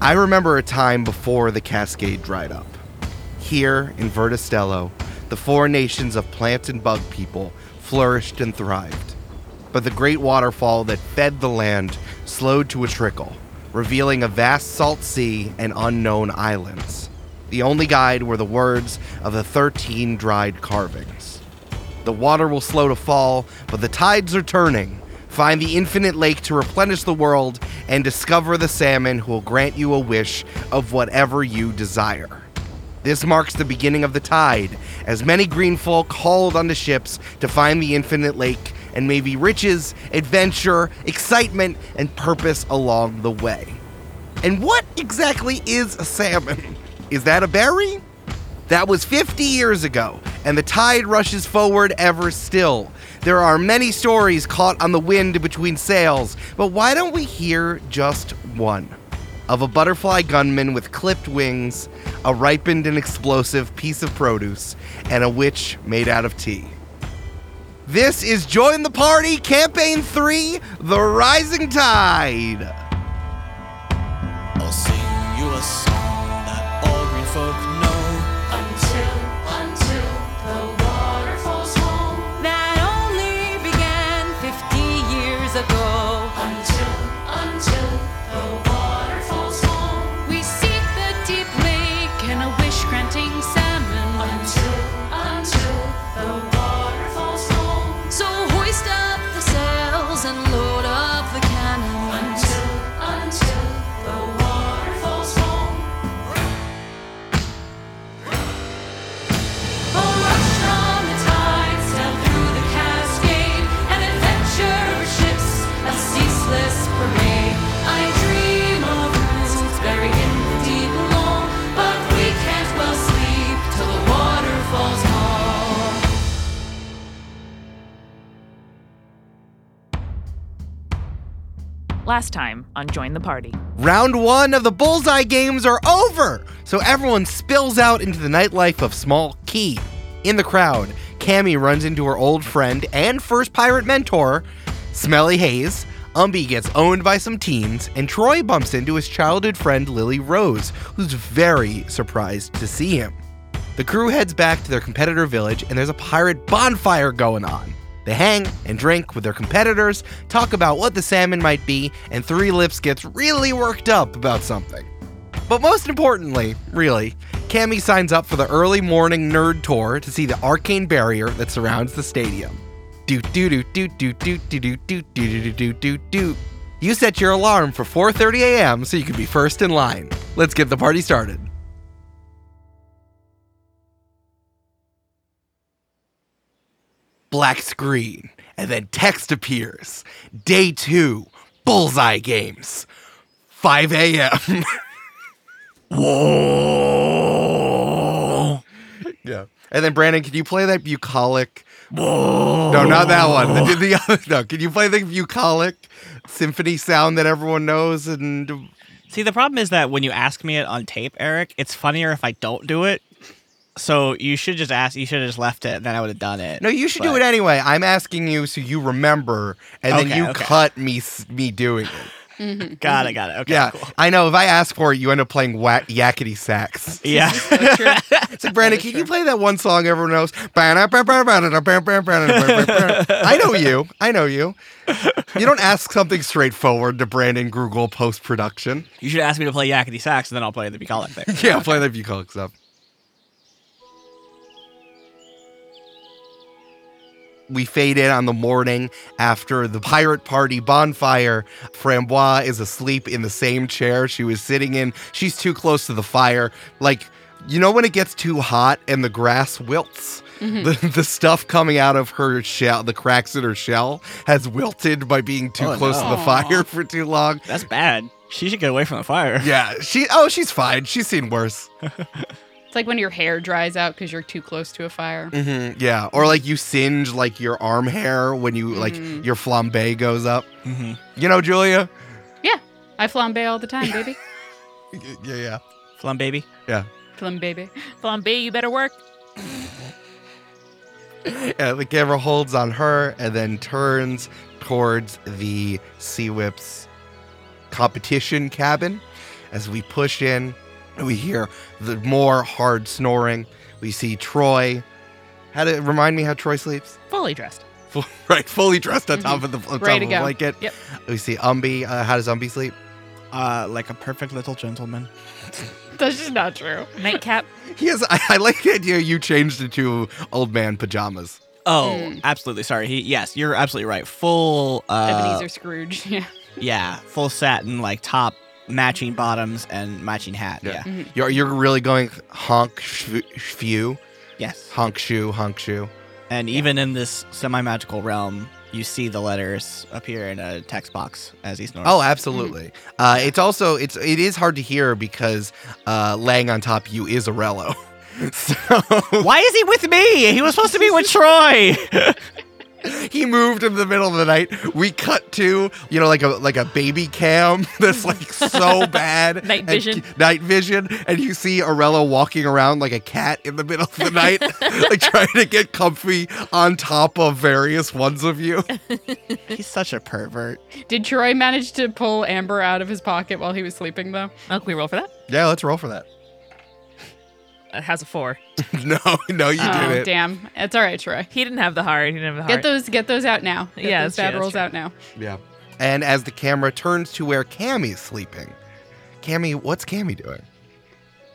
I remember a time before the Cascade dried up. Here in Vertistello, the four nations of plant and bug people flourished and thrived. But the great waterfall that fed the land slowed to a trickle, revealing a vast salt sea and unknown islands. The only guide were the words of the 13 dried carvings. The water will slow to fall, but the tides are turning. Find the infinite lake to replenish the world and discover the salmon who will grant you a wish of whatever you desire. This marks the beginning of the tide, as many green folk hauled onto ships to find the infinite lake and maybe riches, adventure, excitement, and purpose along the way. And what exactly is a salmon? Is that a berry? That was 50 years ago, and the tide rushes forward ever still. There are many stories caught on the wind between sails, but why don't we hear just one? Of a butterfly gunman with clipped wings, a ripened and explosive piece of produce, and a witch made out of tea. This is Join the Party, Campaign 3 The Rising Tide. I'll sing you a song that all green folk know. Until, until the water falls home. that only began 50 years ago. Until, until the water falls home. We seek the deep lake and a wish granting salmon. Until, until the water falls home. So hoist up the sails and load up the cannon. Until, until the water falls home. Oh, rush on the tides down through the cascade, an adventure of ships, a ceaseless parade. I dream of roots buried in the deep below, but we can't well sleep till the water falls home. Last time on Join the Party. Round one of the Bullseye Games are over, so everyone spills out into the nightlife of Small Key. In the crowd, Cammy runs into her old friend and first pirate mentor, Smelly Hayes. Umby gets owned by some teens, and Troy bumps into his childhood friend Lily Rose, who's very surprised to see him. The crew heads back to their competitor village, and there's a pirate bonfire going on. They hang and drink with their competitors, talk about what the salmon might be, and Three Lips gets really worked up about something. But most importantly, really, Cammy signs up for the early morning nerd tour to see the arcane barrier that surrounds the stadium. Do do do do do do do do do do do do do do. You set your alarm for 4:30 a.m. so you can be first in line. Let's get the party started. black screen, and then text appears. Day two, bullseye games, 5 a.m. Whoa. Yeah. And then Brandon, can you play that bucolic? Whoa. No, not that one. The, the other. No, can you play the bucolic symphony sound that everyone knows? And See, the problem is that when you ask me it on tape, Eric, it's funnier if I don't do it. So you should just ask. You should have just left it, and then I would have done it. no, you should do But- it anyway. I'm asking you so you remember, and then Okay, you okay. cut me s- me doing it. Got it. Got it. Okay. Yeah, Cool. I know. If I ask for it, you end up playing whack yakety sax. Yeah. It's like, Brandon, can you play that one song everyone knows? I know you. I know you. You don't ask something straightforward to Brandon Grugel post production. you should ask me to play Yakety Sax, and then I'll play the Bucolic thing. Yeah, play that bucolic stuff. We fade in on the morning after the pirate party bonfire. Framboise is asleep in the same chair she was sitting in. She's too close to the fire. Like, you know, when it gets too hot and the grass wilts, the, the stuff coming out of her shell, the cracks in her shell, has wilted by being too Oh, close no. to the fire for too long. That's bad. She should get away from the fire. Yeah, she, oh, she's fine. She's seen worse. It's like when your hair dries out because you're too close to a fire. hmm yeah, or like you singe like your arm hair when you like Mhm. your flambe goes up. hmm Mm-hmm. You know, Julia. I flambe all the time, baby. Y- Yeah, yeah. Flum baby. Flam baby. Flambe, you better work. yeah. The camera holds on her and then turns towards the Sea Whips competition cabin. As we push in, we hear the more hard snoring. We see Troy. How to remind me how Troy sleeps? Fully dressed. Full, right, fully dressed on top of the on top Mm-hmm. Ready to of go. the blanket. Yep. We see Umby. Uh, how does Umby sleep? Uh, like a perfect little gentleman. That's just not true. Nightcap. He has. I, I like the idea you changed it to old man pajamas. Oh, Mm. absolutely. Sorry. He, yes, you're absolutely right. Full. Uh, Ebenezer Scrooge. Yeah. yeah, full satin like top, matching bottoms and matching hat. Yeah. Mm-hmm. You're you're really going honk shoo, shoo, Yes. honk shoe honk shoe. And even in this semi magical realm, you see the letters appear in a text box as he snores. Oh, absolutely. Uh, it's also it's it is hard to hear because uh, laying on top of you is a rello. so why is he with me? He was supposed to be with Troy. he moved in the middle of the night. We cut to you know like a like a baby cam that's like so bad Night and- vision. night vision, and you see Arello walking around like a cat in the middle of the night, like trying to get comfy on top of various ones of you. He's such a pervert. Did Troy manage to pull Amber out of his pocket while he was sleeping, though? Oh, can we roll for that? Yeah, let's roll for that. Uh, has a four. No, no, you oh, didn't. damn. It's all right, Troy. He didn't have the heart. He didn't have the Get heart. those, get those out now. Get Yeah, those that's true, bad that's rolls true. out now. Yeah. And as the camera turns to where Cammy's sleeping, Cammy, what's Cammy doing?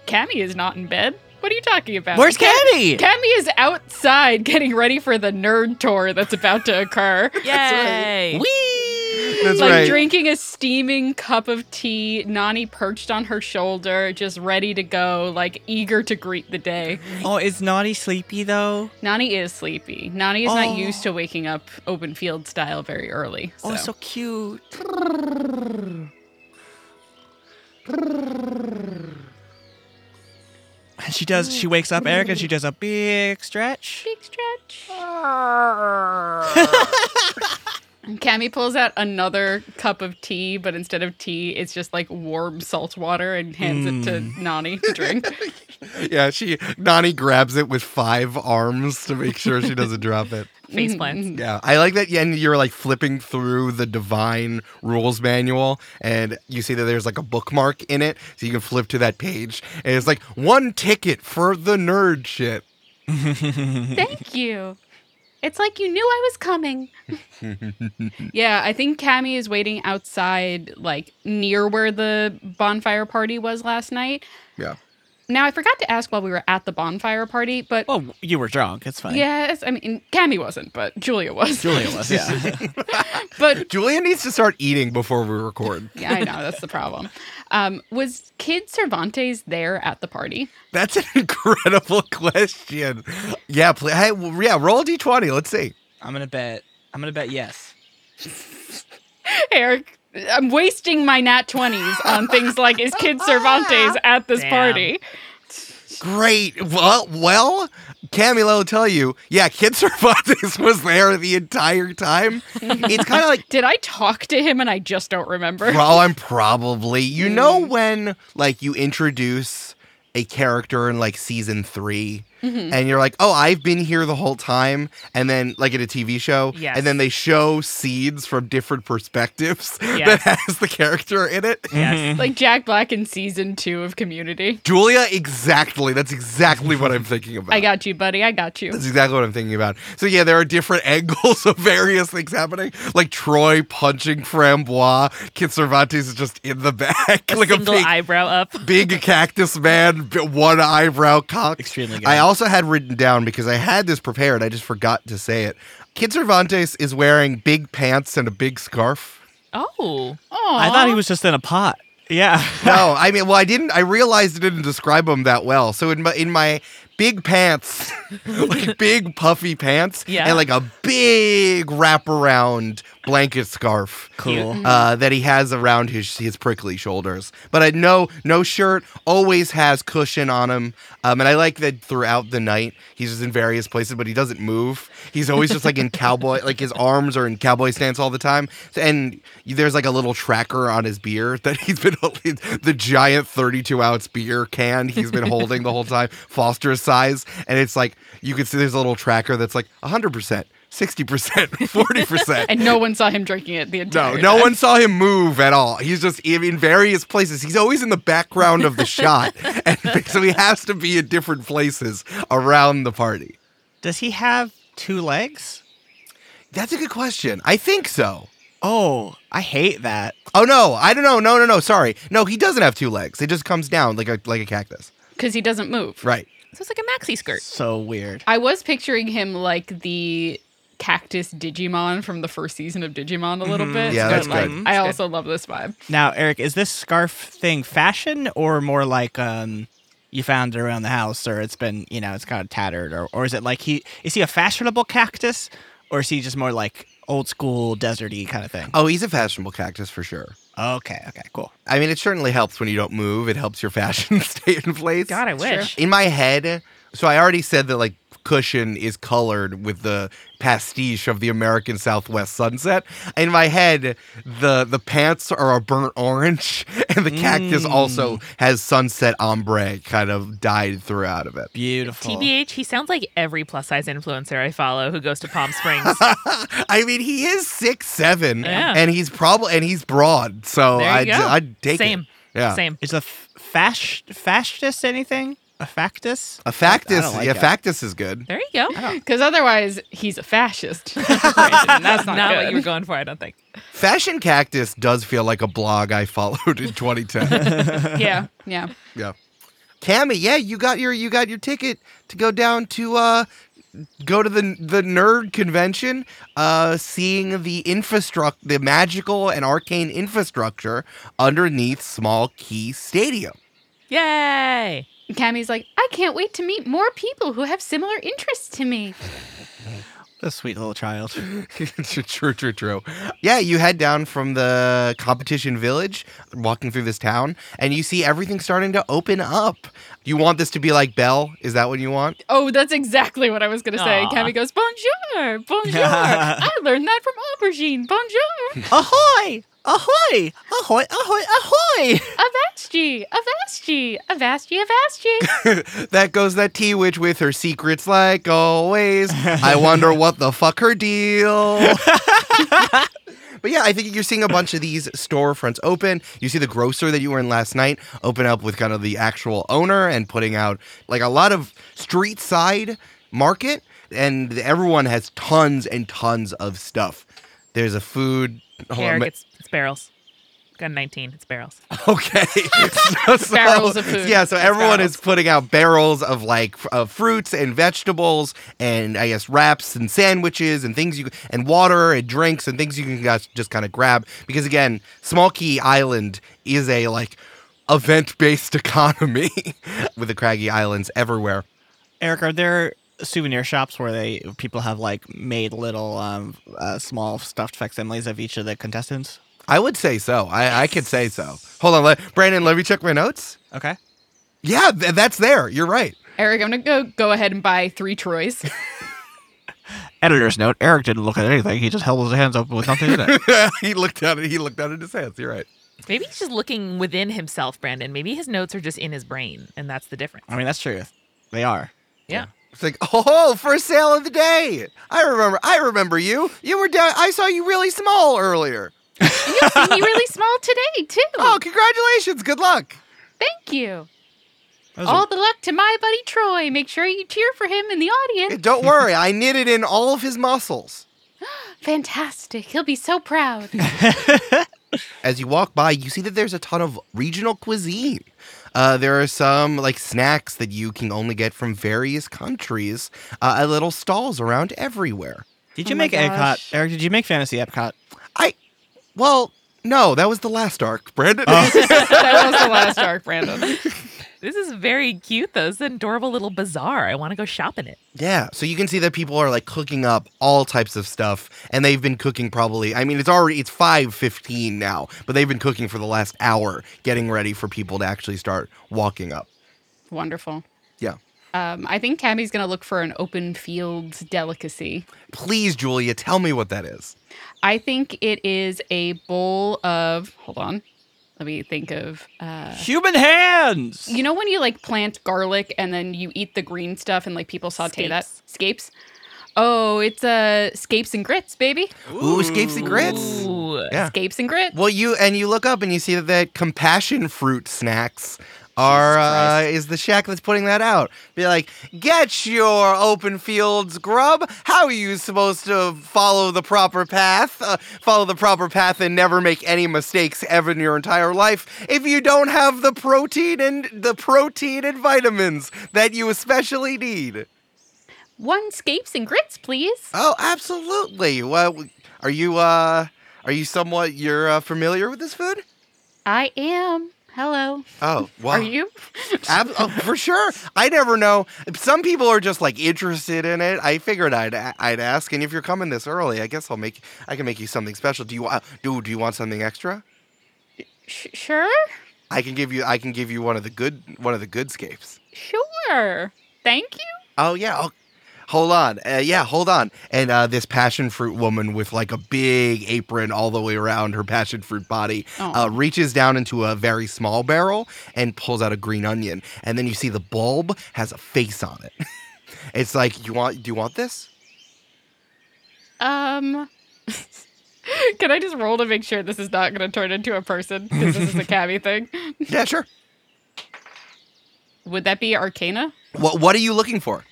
Cammy is not in bed. What are you talking about? Where's Cam- Kenny? Cammy is outside getting ready for the nerd tour that's about to occur. Yay! Wee! That's like right. drinking a steaming cup of tea, Nani perched on her shoulder, just ready to go, like eager to greet the day. Oh, is Naughty sleepy though? Nani is sleepy. Nani is Oh. not used to waking up open field style very early. So. Oh, so cute. And she does. She wakes up, Eric, and she does a big stretch. big stretch. Cammy pulls out another cup of tea, but instead of tea, it's just like warm salt water and hands it to Nani to drink. yeah, she Nani grabs it with five arms to make sure she doesn't drop it. Face plants. Yeah, I like that. And you're like flipping through the Divine Rules Manual, and you see that there's like a bookmark in it, so you can flip to that page, and it's like one ticket for the nerd shit. Thank you. It's like you knew I was coming. yeah, I think Cammy is waiting outside, like near where the bonfire party was last night. Yeah. Now, I forgot to ask while we were at the bonfire party, but Well, you were drunk. It's fine. yes, I mean, Cammy wasn't, but Julia was. Julia was. Yeah. But Julia needs to start eating before we record. Yeah, I know. That's the problem. Um, was Kid Cervantes there at the party? That's an incredible question. Yeah, pl- hey, well, yeah, roll a d20. Let's see. I'm gonna bet. I'm gonna bet yes. Eric, I'm wasting my nat 20s on things like is Kid Cervantes at this Damn. party? Great. Well, well, Camilo will tell you. Yeah, Kid Cervantes was there the entire time. It's kind of like, Did I talk to him and I just don't remember? well, I'm probably. You know Mm-hmm. when like you introduce a character in like season 3 Mm-hmm. and you're like, oh, I've been here the whole time, and then like in a TV show, Yes. and then they show scenes from different perspectives Yes. that has the character in it. Yes. Like Jack Black in season two of Community. Julia, exactly. That's exactly what I'm thinking about. I got you, buddy. I got you. That's exactly what I'm thinking about. So yeah, there are different angles of various things happening, like Troy punching Frambois, Kid Cervantes is just in the back, like Single a big, eyebrow up. big cactus man, b- one eyebrow cocked. Extremely good. I also had written down because I had this prepared, I just forgot to say it. Kid Cervantes is wearing big pants and a big scarf. Oh. I thought he was just in a pot. Yeah. No, I mean, well, I didn't. I realized it didn't describe him that well. So in my in my big pants, like big puffy pants, Yeah. and like a big wraparound blanket scarf. Cool. Uh, that he has around his his prickly shoulders, but I no no shirt always has cushion on him, um, and I like that throughout the night he's just in various places, but he doesn't move. He's always just like in cowboy, like his arms are in cowboy stance all the time, So- and there's like a little tracker on his beer that he's been holding, the giant 32 ounce beer can he's been holding the whole time, Foster's size, and it's like you can see there's a little tracker that's like 100 percent. 60%, 40%. And no one saw him drinking it the No, entire no time. one saw him move at all. He's just in in various places. He's always in the background of the shot, and so he has to be in different places around the party. Does he have two legs? That's a good question. I think so. Oh, I hate that. Oh no, I don't know. No, no, no. Sorry. No, he doesn't have two legs. It just comes down like a like a cactus. Because he doesn't move. Right. So it's like a maxi skirt. So weird. I was picturing him like the cactus Digimon from the first season of Digimon a little bit. Mm-hmm. Yeah, but, that's like, good. I also love this vibe. Now, Eric, is this scarf thing fashion or more like um you found it around the house or it's been, you know, it's kind of tattered or or is it like he is he a fashionable cactus or is he just more like old school deserty kind of thing? Oh, he's a fashionable cactus for sure. Okay, okay, cool. I mean, it certainly helps when you don't move. It helps your fashion stay in place. God, I wish. in my head so i already said that like cushion is colored with the pastiche of the american southwest sunset in my head the the pants are a burnt orange and the cactus Mm. also has sunset ombre kind of dyed throughout of it Beautiful. TBH, he sounds like every plus size influencer I follow who goes to Palm Springs. Oh, i mean he is six seven Yeah. and he's probably and he's broad so There you i'd, go. I'd take Same. it yeah Same. Is a f- fash fascist anything? A factus? a factus like yeah that. factus is good There you go. Because otherwise, he's a fascist. Brandon, that's not, Not good. what you were going for, I don't think. fashion cactus does feel like a blog i followed in 2010 yeah, yeah. Yeah. Cammy, yeah, you got your you got your ticket to go down to uh go to the the nerd convention, uh seeing the infrastructure the magical and arcane infrastructure underneath Small Key Stadium. Yay! Cammy's like, I can't wait to meet more people who have similar interests to me. The sweet little child. true, true, true. Yeah, you head down from the competition village, walking through this town, and you see everything starting to open up. You want this to be like Belle? Is that what you want? Oh, that's exactly what I was going to say. Aw. Cammy goes, Bonjour, bonjour. I learned that from aubergine. Bonjour, ahoy! Ahoy! Ahoy! Ahoy! Ahoy! avasti, avasti, avasti, avasti. That goes that tea witch with her secrets like always. I wonder what the fuck her deal. but yeah, I think you're seeing a bunch of these storefronts open. You see the grocer that you were in last night open up with kind of the actual owner and putting out like a lot of street side market and everyone has tons and tons of stuff. There's a food hold on, Eric, ma- it's, it's barrels. Got 19. It's barrels. Okay. So- so- Barrels of food. Yeah, so It's everyone barrels. is putting out barrels of like f- of fruits and vegetables and I guess wraps and sandwiches and things you and water and drinks and things you can guys just kind of grab because again, Small Key Island is a like event-based economy with the craggy islands everywhere. Eric, are there souvenir shops where they people have like made little um, uh, small stuffed facsimiles of each of the contestants? I would say so. I I could say so. Hold on, let, Brandon, let me check my notes. Okay. Yeah, th- that's there. You're right. Eric, I'm going to go go ahead and buy three Troys. Editor's note: Eric didn't look at anything. He just held his hands up with nothing in it. he looked down at he looked down at his hands. You're right. Maybe he's just looking within himself, Brandon. Maybe his notes are just in his brain, and that's the difference. I mean, that's true. They are. Yeah. It's like, oh, first sale of the day. I remember. I remember you. You were down. I saw you really small earlier. See me really small today, too. Oh, congratulations. Good luck. Thank you. That was a- All the luck to my buddy Troy. Make sure you cheer for him in the audience. Don't worry. I knitted in all of his muscles. Fantastic. He'll be so proud. As you walk by, you see that there's a ton of regional cuisine. Uh, there are some like snacks that you can only get from various countries uh, at little stalls around everywhere. did Oh you my make gosh. Epcot, Eric? Did you make Fantasy Epcot? I, well, no, that was the last arc, Brandon. that was the last arc, Brandon. This is very cute, though. This is an adorable little bazaar. I want to go shop in it. Yeah, so you can see that people are like cooking up all types of stuff, and they've been cooking probably. I mean, it's already it's five fifteen now, but they've been cooking for the last hour, getting ready for people to actually start walking up. Wonderful. Yeah, Um, I think Cammy's going to look for an open fields delicacy. please, Julia, tell me what that is. I think it is a bowl of, hold on, let me think of, uh, Human hands. you know, when you like plant garlic and then you eat the green stuff and like people saute that? Scapes. Oh, it's uh, scapes and grits, baby. Ooh, escapes and grits. Ooh. Yeah. Scapes and grits. Well, you and you look up and you see that the compassion fruit snacks are uh, is the shack that's putting that out. Be like, get your open fields grub. How are you supposed to follow the proper path? Uh, follow the proper path and never make any mistakes ever in your entire life if you don't have the protein and the protein and vitamins that you especially need. One scapes and grits, please. Oh, absolutely. Well, are you uh are you somewhat you're uh, familiar with this food? I am. Hello. Oh, wow. Are you? Ab- oh, for sure. I never know. Some people are just like interested in it. I figured I'd I'd ask. And if you're coming this early, I guess I'll make I can make you something special. Do you want do do you want something extra? Sh- sure. I can give you I can give you one of the good one of the good scapes. Sure. Thank you. Oh yeah. I'll, hold on. Uh, yeah, hold on. And uh, this passion fruit woman with like a big apron all the way around her passion fruit body Oh. uh, reaches down into a very small barrel and pulls out a green onion. And then you see the bulb has a face on it. it's like you want. Do you want this? Um. Can I just roll to make sure this is not going to turn into a person? Because this is a cabbie thing. Yeah, sure. Would that be Arcana? What What are you looking for?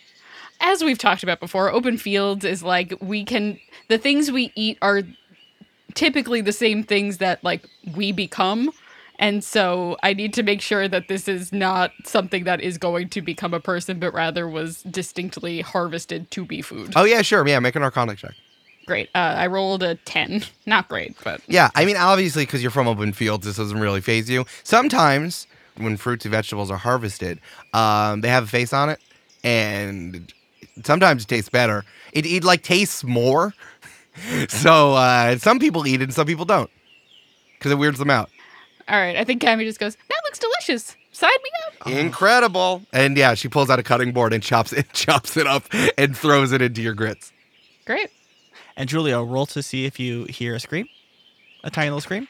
as we've talked about before, open fields is like we can the things we eat are typically the same things that like we become. And so I need to make sure that this is not something that is going to become a person, but rather was distinctly harvested to be food. Oh yeah, sure. Yeah, make an arcana check. Great. Uh, I rolled a 10. Not great, but Yeah, I mean, obviously, because you're from open fields, this doesn't really phase you. Sometimes, when fruits and vegetables are harvested, um, they have a face on it, and sometimes it tastes better. It, it like tastes more. so uh, some people eat it, and some people don't, because it weirds them out. all right. I think Cammy just goes, that looks delicious. Sign me up. Incredible. And yeah, she pulls out a cutting board and chops it, chops it up, and throws it into your grits. Great. And Julia, roll to see if you hear a scream, a tiny little scream.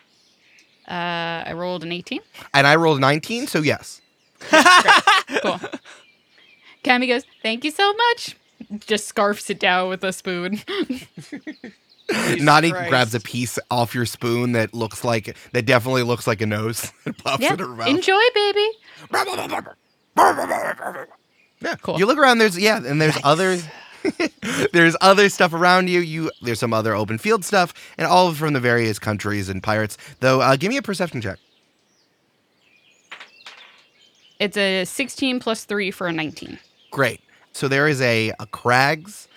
Uh, I rolled an 18. And I rolled 19, so yes. Cool. Cammy goes, thank you so much. Just scarfs it down with a spoon. Nani grabs a piece off your spoon that looks like that definitely looks like a nose and pops it in her mouth. Enjoy, baby. yeah, Cool. You look around. There's yeah, and there's other there's other stuff around you. You there's some other open field stuff, and all from the various countries and pirates. Though, uh, give me a perception check. It's a 16 plus 3 for a 19. Great. So there is a, a Crags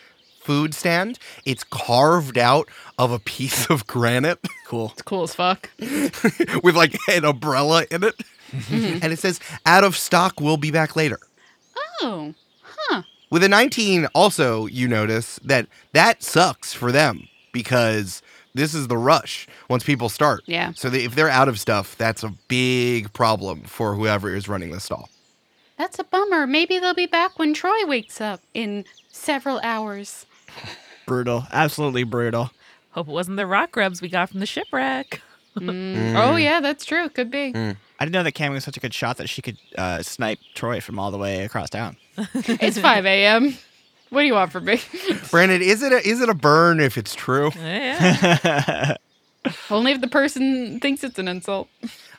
food stand. It's carved out of a piece of granite. Cool. It's cool as fuck. with like an umbrella in it. and it says, out of stock, we'll be back later. Oh. With a 19, also, you notice that that sucks for them because this is the rush once people start. Yeah. So they, if they're out of stuff, that's a big problem for whoever is running the stall. That's a bummer. Maybe they'll be back when Troy wakes up in several hours. Brutal. Absolutely brutal. Hope it wasn't the rock grubs we got from the shipwreck. Oh, yeah, that's true. Could be. I didn't know that Cammy was such a good shot that she could uh, snipe Troy from all the way across town. It's 5 a.m. What do you want from me? Brandon, is it a, is it a burn if it's true? Yeah. Only if the person thinks it's an insult.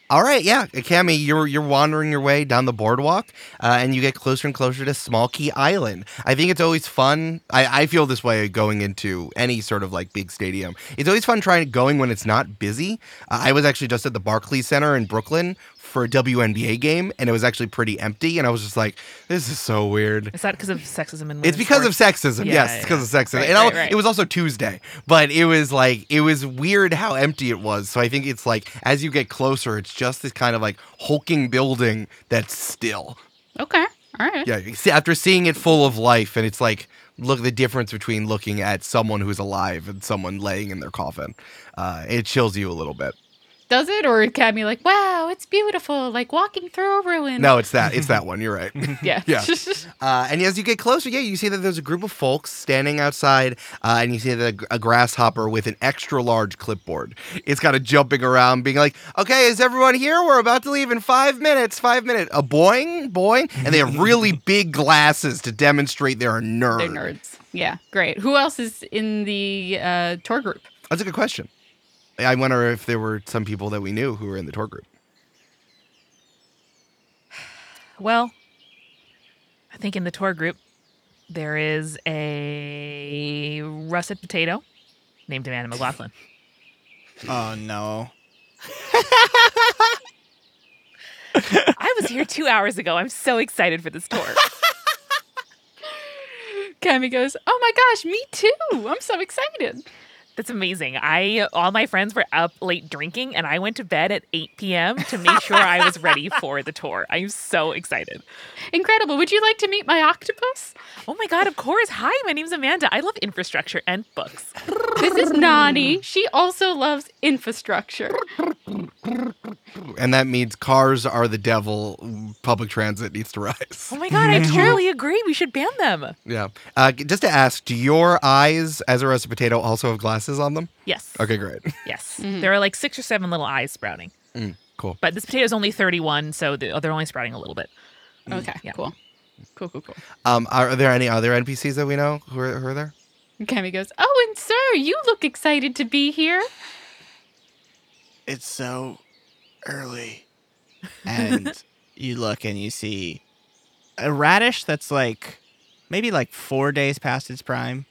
All right, yeah, Cammy, you're you're wandering your way down the boardwalk, uh, and you get closer and closer to Small Key Island. I think it's always fun. I, I feel this way going into any sort of like big stadium. It's always fun trying going when it's not busy. Uh, I was actually just at the Barclays Center in Brooklyn for a WNBA game, and it was actually pretty empty, and I was just like, this is so weird. Is that because of sexism and It's because of sexism. Yeah, yes, yeah, it's because of sexism. Right, and I'll- right, right. it was also Tuesday, but it was like it was weird how empty it was. So I think it's like as you get closer, it's just this kind of like hulking building that's still. Okay. All right. Yeah, you see- after seeing it full of life, and it's like look the difference between looking at someone who's alive and someone laying in their coffin. Uh, it chills you a little bit. Does it? Or can be like, wow, it's beautiful. Like walking through a ruin. No, it's that. It's that one. You're right. Yeah. Yeah. Uh, and as you get closer, yeah, you see that there's a group of folks standing outside, uh, and you see that a, a grasshopper with an extra large clipboard. It's kind of jumping around, being like, "Okay, is everyone here? We're about to leave in five minutes. Five minutes. A boing, boing." And they have really big glasses to demonstrate they're a nerd. They're nerds. Yeah, great. Who else is in the uh, tour group? That's a good question. I wonder if there were some people that we knew who were in the tour group. Well, I think in the tour group, there is a russet potato named Amanda McLaughlin. Oh no. I was here two hours ago. I'm so excited for this tour. Cammy goes, Oh my gosh, me too. I'm so excited. That's amazing. I all my friends were up late drinking, and I went to bed at 8 p.m. to make sure I was ready for the tour. I'm so excited. Incredible. Would you like to meet my octopus? Oh my god! Of course. Hi, my name's Amanda. I love infrastructure and books. This is Nani. She also loves infrastructure. And that means cars are the devil. Public transit needs to rise. Oh my god! I totally agree. We should ban them. Yeah. Uh, just to ask, do your eyes, as a roasted potato, also have glasses on them? Yes. Okay, great. Yes. There are like six or seven little eyes sprouting. Mm, Cool. But this potato is only 31, so the- oh, they're only sprouting a little bit. Mm. Okay, Yeah. cool. Cool, cool, cool. Um, are there any other NPCs that we know who are, who are there? And Cammy goes, Oh, and sir, you look excited to be here. It's so early. And you look and you see a radish that's like maybe like four days past its prime.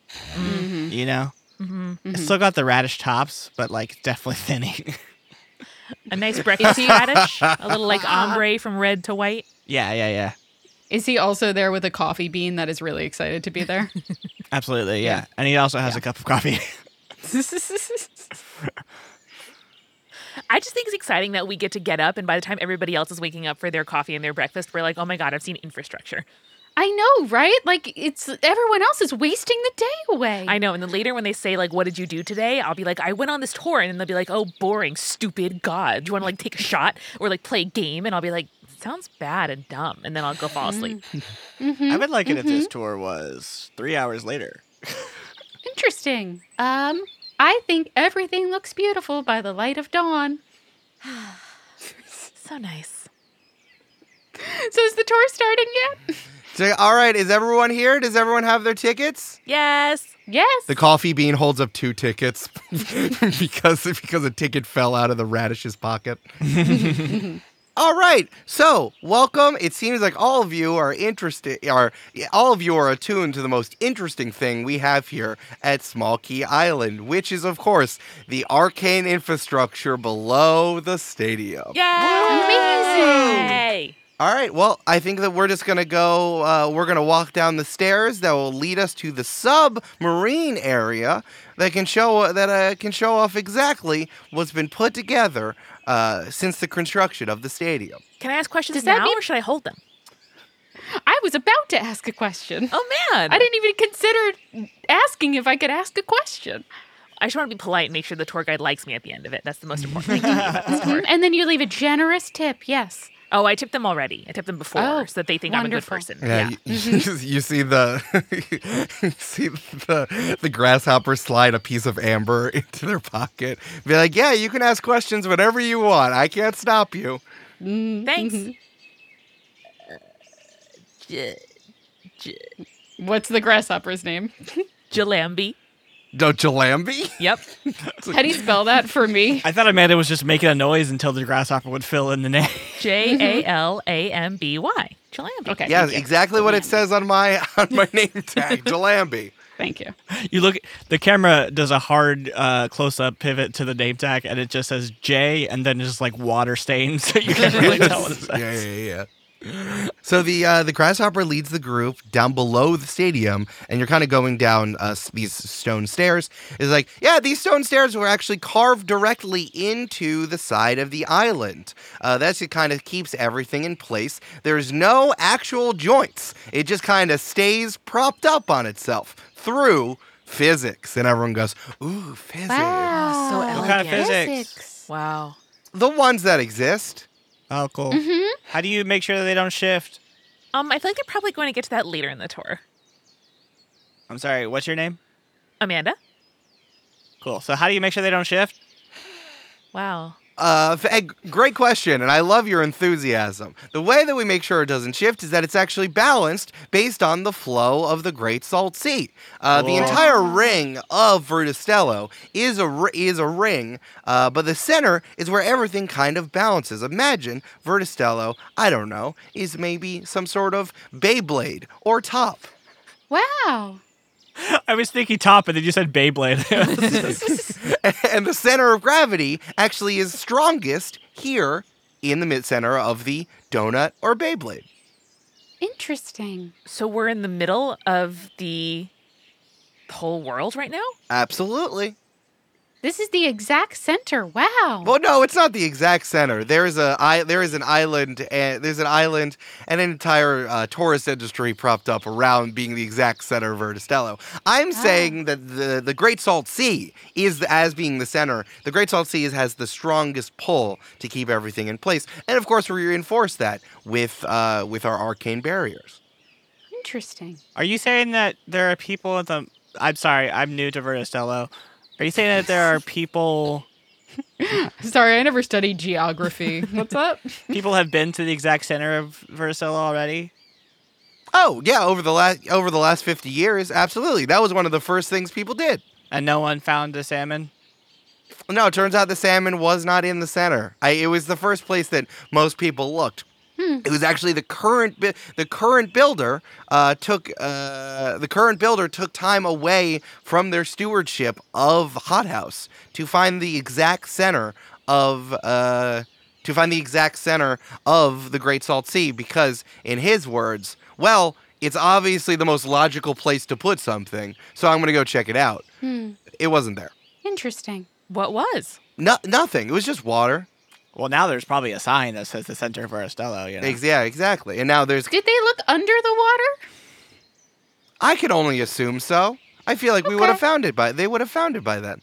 You know? hmm It's still got the radish tops, but like definitely thinning. A nice breakfast radish, a little like ombre from red to white. yeah, yeah, yeah. Is he also there with a coffee bean that is really excited to be there? Absolutely, yeah. And he also has a cup of coffee. I just think it's exciting that we get to get up, and by the time everybody else is waking up for their coffee and their breakfast, we're like, oh my God, I've seen infrastructure. I know, right? Like it's everyone else is wasting the day away. I know. And then later when they say, like, what did you do today? I'll be like, I went on this tour. And then they'll be like, oh, boring, stupid God. Do you want to like take a shot or like play a game? And I'll be like, sounds bad and dumb. And then I'll go fall asleep. Mm. I would like it if this tour was three hours later. Interesting. Um, I think everything looks beautiful by the light of dawn. So nice. So is the tour starting yet? So, all right, is everyone here? Does everyone have their tickets? Yes. Yes. The coffee bean holds up two tickets because because a ticket fell out of the radish's pocket. all right, so welcome. It seems like all of you are interested, are all of you are attuned to the most interesting thing we have here at Small Key Island, which is of course the arcane infrastructure below the stadium. Yay. Amazing. All right. Well, I think that we're just gonna go. Uh, we're gonna walk down the stairs that will lead us to the submarine area that can show that uh, can show off exactly what's been put together uh, since the construction of the stadium. Can I ask questions Does now that mean- or should I hold them? I was about to ask a question. Oh man. I didn't even consider asking if I could ask a question. I just want to be polite and make sure the tour guide likes me at the end of it. That's the most important thing. Mhm, And then you leave a generous tip. Yes. oh, I tipped them already. I tipped them before Oh, so that they think wonderful. I'm a good person. Yeah. You, see the you see the the grasshopper slide a piece of amber into their pocket. Be like, yeah, you can ask questions whenever you want. I can't stop you. Thanks. Mm-hmm. What's the grasshopper's name? Jalambi. Don't Jalambi? Yep. How do you spell that for me? I thought Amanda was just making a noise until the grasshopper would fill in the name. J A L A M B Y. Jalambi. Okay. Yeah, Thank you. exactly what it says on my on my name tag, Delambi. Thank you. You look, the camera does a hard uh, close up pivot to the name tag, and it just says J and then just like water stains. So you can't really tell what it yeah, says. yeah, yeah. So the uh, the grasshopper leads the group down below the stadium, and you're kind of going down uh, s- these stone stairs. It's like, yeah, these stone stairs were actually carved directly into the side of the island. Uh, that's it. Kind of keeps everything in place. There's no actual joints. It just kind of stays propped up on itself through physics, and everyone goes, "Ooh, physics!" Oh, So What elegant. kind of physics? Wow. The ones that exist. Oh, cool. How do you make sure that they don't shift? Um, I feel like they're probably going to get to that later in the tour. I'm sorry, what's your name? Amanda? Cool. So, how do you make sure they don't shift? Wow. Uh, f- eh, great question, and I love your enthusiasm. The way that we make sure it doesn't shift is that it's actually balanced based on the flow of the Great Salt Sea. Uh, the entire ring of Vertistello is a ri- is a ring, uh, but the center is where everything kind of balances. Imagine Vertistello, I don't know, is maybe some sort of Beyblade or top. Wow. I was thinking top, and then you said Beyblade. and the center of gravity actually is strongest here in the mid center of the donut or Beyblade. Interesting. So we're in the middle of the whole world right now? Absolutely. This is the exact center. Wow. Well, no, it's not the exact center. There is a I, there is an island and there's an island and an entire uh, tourist industry propped up around being the exact center of Vertistello. I'm saying that the the Great Salt Sea is the, as being the center. The Great Salt Sea is, has the strongest pull to keep everything in place, and of course we reinforce that with uh, with our arcane barriers. Interesting. Are you saying that there are people at the? I'm sorry, I'm new to Verticello. Are you saying that there are people? Sorry, I never studied geography. What's up? People have been to the exact center of Verticello already. Oh yeah, over the last over the last fifty years, absolutely. That was one of the first things people did. and no one found a salmon. No, it turns out the salmon was not in the center. I, it was the first place that most people looked. It was actually the current bu- the current builder uh, took uh, the current builder took time away from their stewardship of Hothouse to find the exact center of uh, to find the exact center of the Great Salt Sea because, in his words, well, it's obviously the most logical place to put something, so I'm gonna go check it out. It wasn't there. Interesting. What was? No, nothing. It was just water. Well, now there's probably a sign that says the Center for Estella. You know, Ex- Yeah, exactly. And now there's. Did they look under the water? I can only assume so. I feel like we would have found it by. They would have found it by then.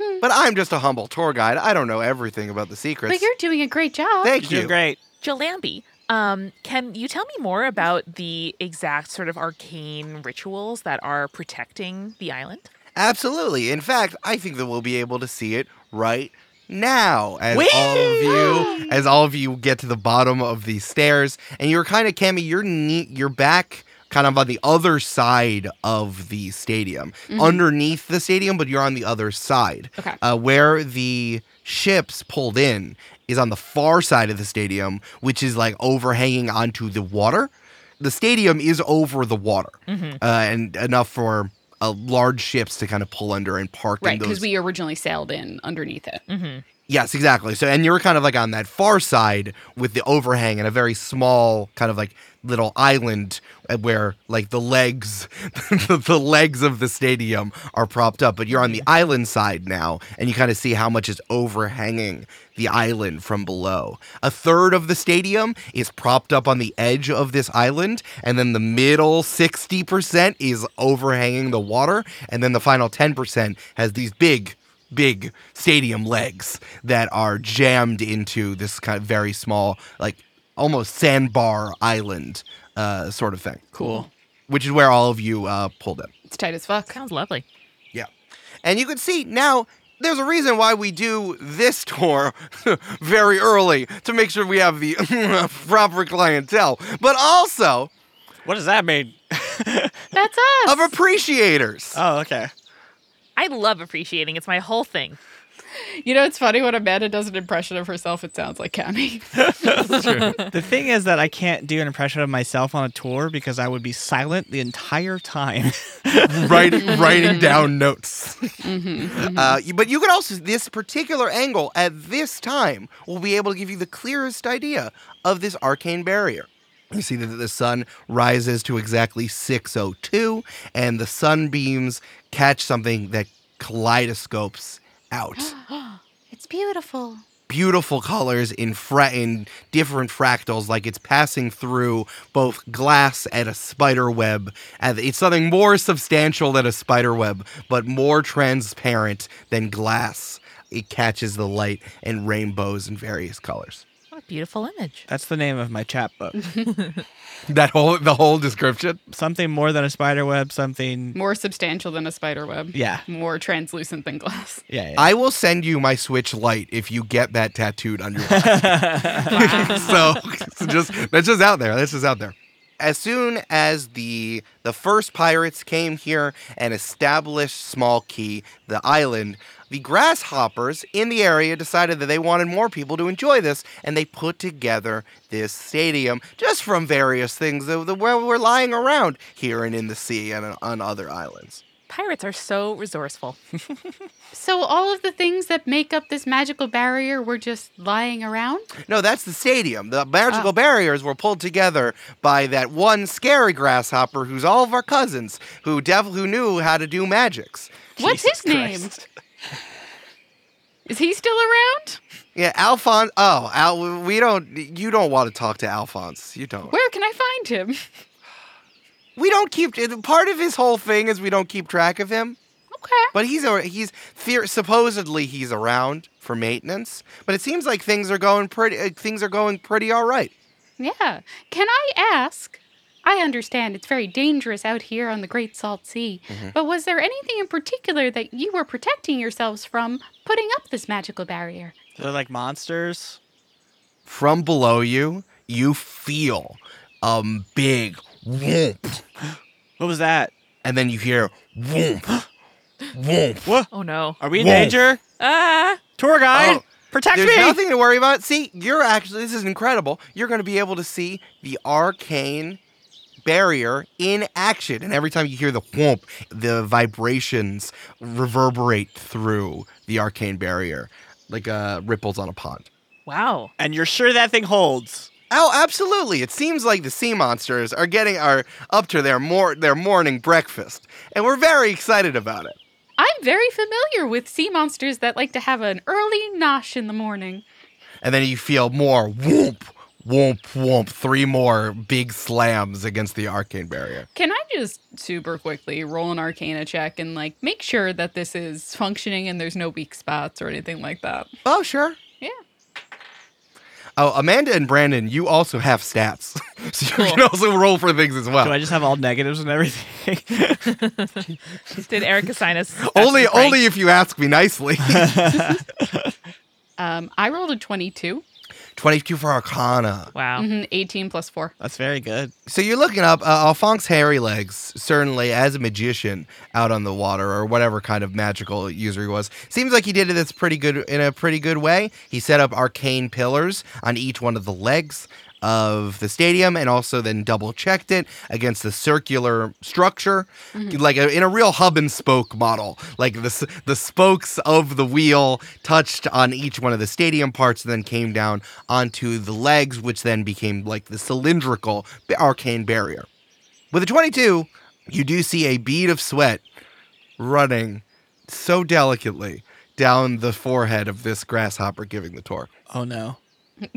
Hmm. But I'm just a humble tour guide. I don't know everything about the secrets. But you're doing a great job. you're Thank doing you. great. Jalambi, um, can you tell me more about the exact sort of arcane rituals that are protecting the island? Absolutely. In fact, I think that we'll be able to see it right now as all of you as all of you get to the bottom of these stairs and you're kind of Cammy, you're knee, you're back kind of on the other side of the stadium. Mm-hmm. Underneath the stadium, but you're on the other side. Okay. Uh, where the ships pulled in is on the far side of the stadium, which is like overhanging onto the water. The stadium is over the water, Mm-hmm. uh, and enough for uh, large ships to kind of pull under and park. in Right, because those- we originally sailed in underneath it. Yes, exactly. So, and you're kind of like on that far side with the overhang and a very small kind of like little island uh, where like the legs, the, the legs of the stadium are propped up. But you're on the island side now, and you kind of see how much is overhanging the island from below. A third of the stadium is propped up on the edge of this island, and then the middle 60% is overhanging the water, and then the final 10% has these big big stadium legs that are jammed into this kind of very small, like almost sandbar island uh, sort of thing. Cool. Which is where all of you uh, pulled in. It's tight as fuck. Sounds lovely. Yeah. And you can see now there's a reason why we do this tour very early to make sure we have the proper clientele, but also What does that mean? That's us. of appreciators. Oh, okay. I love appreciating. It's my whole thing. you know, it's funny when Amanda does an impression of herself, it sounds like Cammy. The thing is that I can't do an impression of myself on a tour because I would be silent the entire time. writing writing down notes. Uh, you- but you can also this particular angle at this time will be able to give you the clearest idea of this arcane barrier. You see that the sun rises to exactly 602, and the sunbeams catch something that kaleidoscopes out it's beautiful. beautiful colors in fra- in different fractals, like it's passing through both glass and a spider web. And It's something more substantial than a spider web, but more transparent than glass. It catches the light and rainbows in various colors. What a Beautiful image. That's the name of my chapbook. That whole the whole description. something more than a spider web. Something. More substantial than a spider web. Yeah. More translucent than glass. Yeah. yeah. I will send you my Switch Lite if you get that tattooed on your body. so, so just that's just out there. That's just out there. As soon as the the first pirates came here and established Small Key, the island, the grasshoppers in the area decided that they wanted more people to enjoy this, and they put together this stadium just from various things that that were were lying around here and in the sea and on other islands. Pirates are so resourceful. So all of the things that make up this magical barrier were just lying around? No, that's the stadium. The magical barriers were pulled together by that one scary grasshopper who's all of our cousins, who devil who knew how to do magics. What's Jesus his name? Christ. Is he still around? Yeah, Alphonse. Oh, Al, we don't. You don't want to talk to Alphonse. You don't. Where can I find him? We don't keep. Part of his whole thing is we don't keep track of him. Okay. But he's a, he's theor- supposedly he's around for maintenance. But it seems like things are going pretty. Uh, things are going pretty all right. Yeah. Can I ask? I understand it's very dangerous out here on the Great Salt Sea, but was there anything in particular that you were protecting yourselves from putting up this magical barrier? They're like monsters. from below you, you feel a big whoomp, What was that? and then you hear whoomp, whoomp. What? Oh no. Are we in Whoa. danger? Ah. Tour guide, Oh, protect There's me! nothing to worry about. See, you're actually this is incredible. You're going to be able to see the arcane barrier in action, and every time you hear the whoomp, the vibrations reverberate through the arcane barrier like uh, ripples on a pond. Wow. and you're sure that thing holds? Oh, absolutely! It seems like the sea monsters are getting are up to their more their morning breakfast, and we're very excited about it. I'm very familiar with sea monsters that like to have an early nosh in the morning. And then you feel more whoomp, whoomp, whoomp. Three more big slams against the arcane barrier. Can I just super quickly roll an arcana check and like make sure that this is functioning and there's no weak spots or anything like that? Oh, sure. Yeah. Oh, Amanda and Brandon, you also have stats, so you can also roll for things as well. Do I just have all negatives and everything? Did Eric assign us? only, Frank? only if you ask me nicely. Um, I rolled a 22, Twenty-two for Arcana. Wow. Mhm, 18 plus 4. That's very good. So you're looking up uh, Alphonse Harrylegs, certainly as a magician out on the water or whatever kind of magical user he was. Seems like he did this pretty good in a pretty good way. He set up arcane pillars on each one of the legs of the stadium and also then double checked it against the circular structure like a, in a real hub and spoke model like the s- the spokes of the wheel touched on each one of the stadium parts and then came down onto the legs which then became like the cylindrical ba- arcane barrier with a 22 you do see a bead of sweat running so delicately down the forehead of this grasshopper giving the tour Oh no.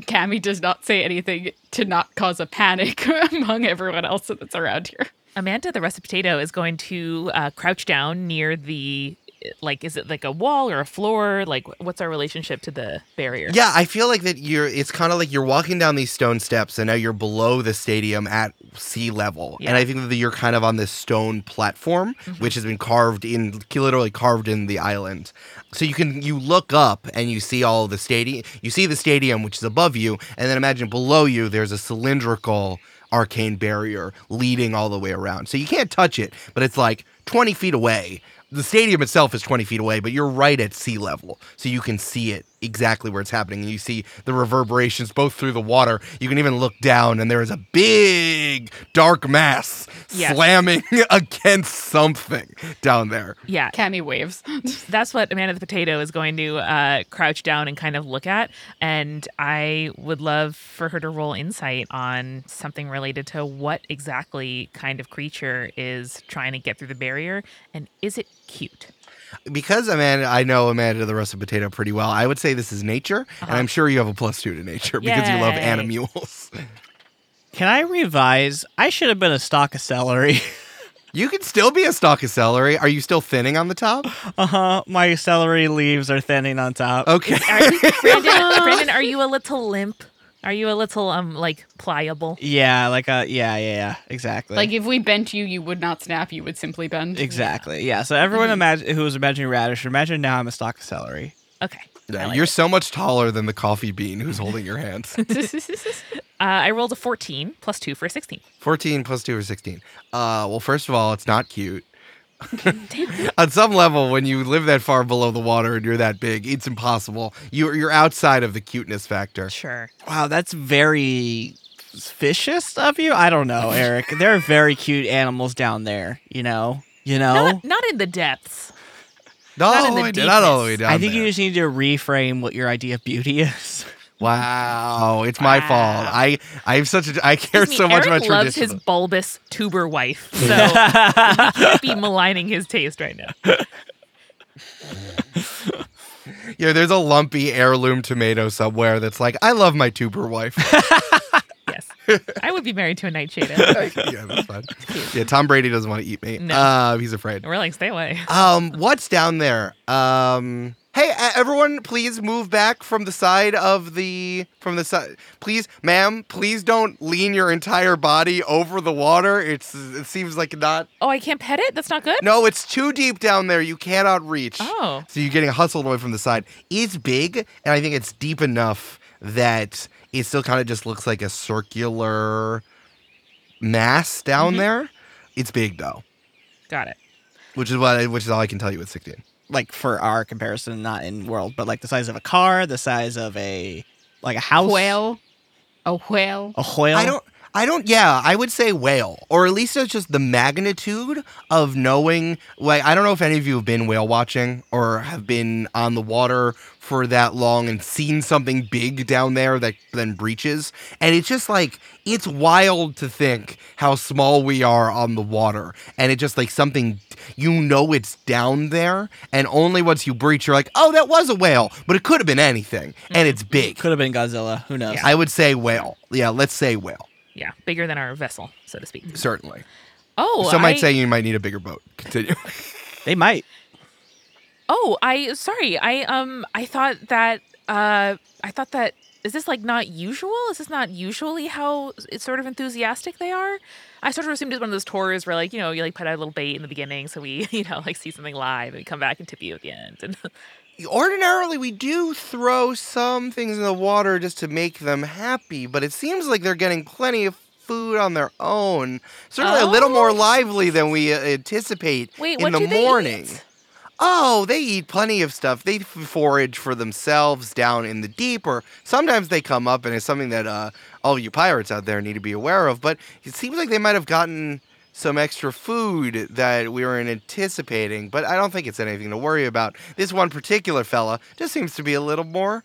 Cammy does not say anything to not cause a panic among everyone else that's around here. Amanda, the russet potato, is going to uh, crouch down near the, like, is it like a wall or a floor? Like, what's our relationship to the barrier? Yeah, I feel like that you're it's kind of like you're walking down these stone steps and now you're below the stadium at sea level. Yeah. And I think that you're kind of on this stone platform which has been carved in literally carved in the island. So you can you look up and you see all the stadium you see the stadium which is above you and then imagine below you there's a cylindrical arcane barrier leading all the way around. So you can't touch it, but it's like 20 feet away. The stadium itself is 20 feet away, but you're right at sea level. So you can see it exactly where it's happening. And you see the reverberations both through the water. You can even look down, and there is a big dark mass Yes. slamming against something down there. Yeah. Cammy waves. That's what Amanda the potato is going to uh, crouch down and kind of look at. And I would love for her to roll insight on something related to what exactly kind of creature is trying to get through the barrier and is it cute? Because Amanda, I know Amanda the russet potato pretty well, I would say this is nature. And I'm sure you have a plus two to nature because you love Uh-huh. Yay. animules. Can I revise? I should have been a stock of celery. You can still be a stalk of celery. Are you still thinning on the top? uh huh. My Oh. celery leaves are thinning on top. Okay. Brandon, Brandon, are you a little limp? Are you a little um like pliable? Yeah, like a yeah, yeah, yeah, exactly. Like if we bent you, you would not snap. You would simply bend. exactly. Yeah. So everyone imagine who was imagining radish, imagine now I'm a stalk of celery. Okay. I Yeah, like you're it. so much taller than the coffee bean who's holding your hands. Uh, I rolled a 14 plus 2 for a 16. 14 plus 2 or 16. Uh, well, first of all, it's not cute. On some level, when you live that far below the water and you're that big, it's impossible. You're, you're outside of the cuteness factor. Sure. Wow, that's very vicious of you. I don't know, Eric. They're very cute animals down there, you know. You Oh. know? Not, not in the depths. Not, Not all in the the way, down- not all the way deepness. down. I think there. you just need to reframe what your idea of beauty is. Wow, it's my fault. I I have such a I care Excuse so me, much Eric about loves tradition. his bulbous tuber wife, so you can't be maligning his taste right now. Yeah, there's a lumpy heirloom tomato somewhere that's like, I love my tuber wife. Yes, I would be married to a nightshade. Ed. yeah, that's fine. Yeah, Tom Brady doesn't want to eat me. No. Uh, he's afraid. We're like, stay away. Um, what's down there? Um, hey, e- everyone, please move back from the side of the from the side. Please, ma'am, please don't lean your entire body over the water. It's it seems like not. Oh, I can't pet it. That's not good. No, it's too deep down there. You cannot reach. Oh. So you're getting hustled away from the side. It's big, and I think it's deep enough that it still kind of just looks like a circular mass down there. It's big though, Got it. which is what I- which is all I can tell you at 16. like for our comparison, not in world, but like the size of a car, the size of a like a house, Whale. A whale. a whale. I don't. I don't. Yeah, I would say whale, or at least it's just the magnitude of knowing. Like, I don't know if any of you have been whale watching or have been on the water for that long and seen something big down there that then breaches. And it's just like it's wild to think how small we are on the water, and it just like something you know it's down there, and only once you breach, you're like, oh, that was a whale, but it could have been anything, and it's big. Could have been Godzilla. Who knows? I would say whale. Yeah, let's say whale. Yeah, bigger than our vessel, so to speak. Certainly. Oh, Some might I- say you might need a bigger boat. Continue. They might. Oh, I sorry. I um I thought that uh I thought that is this like not usual? Is this not usually how it's sort of enthusiastic they are? I sort of assumed it's one of those tours where like, you know, you like put out a little bait in the beginning so we, you know, like see something live and we come back and tip you at the end. And Ordinarily, we do throw some things in the water just to make them happy, but it seems like they're getting plenty of food on their own. Certainly a little more Oh. lively than we uh, anticipate wait, in what the do they morning. eat? Oh, they eat plenty of stuff. They f- forage for themselves down in the deep, or sometimes they come up, and it's something that uh, all you pirates out there need to be aware of. But it seems like they might have gotten some extra food that we weren't anticipating, but I don't think it's anything to worry about. This one particular fella just seems to be a little more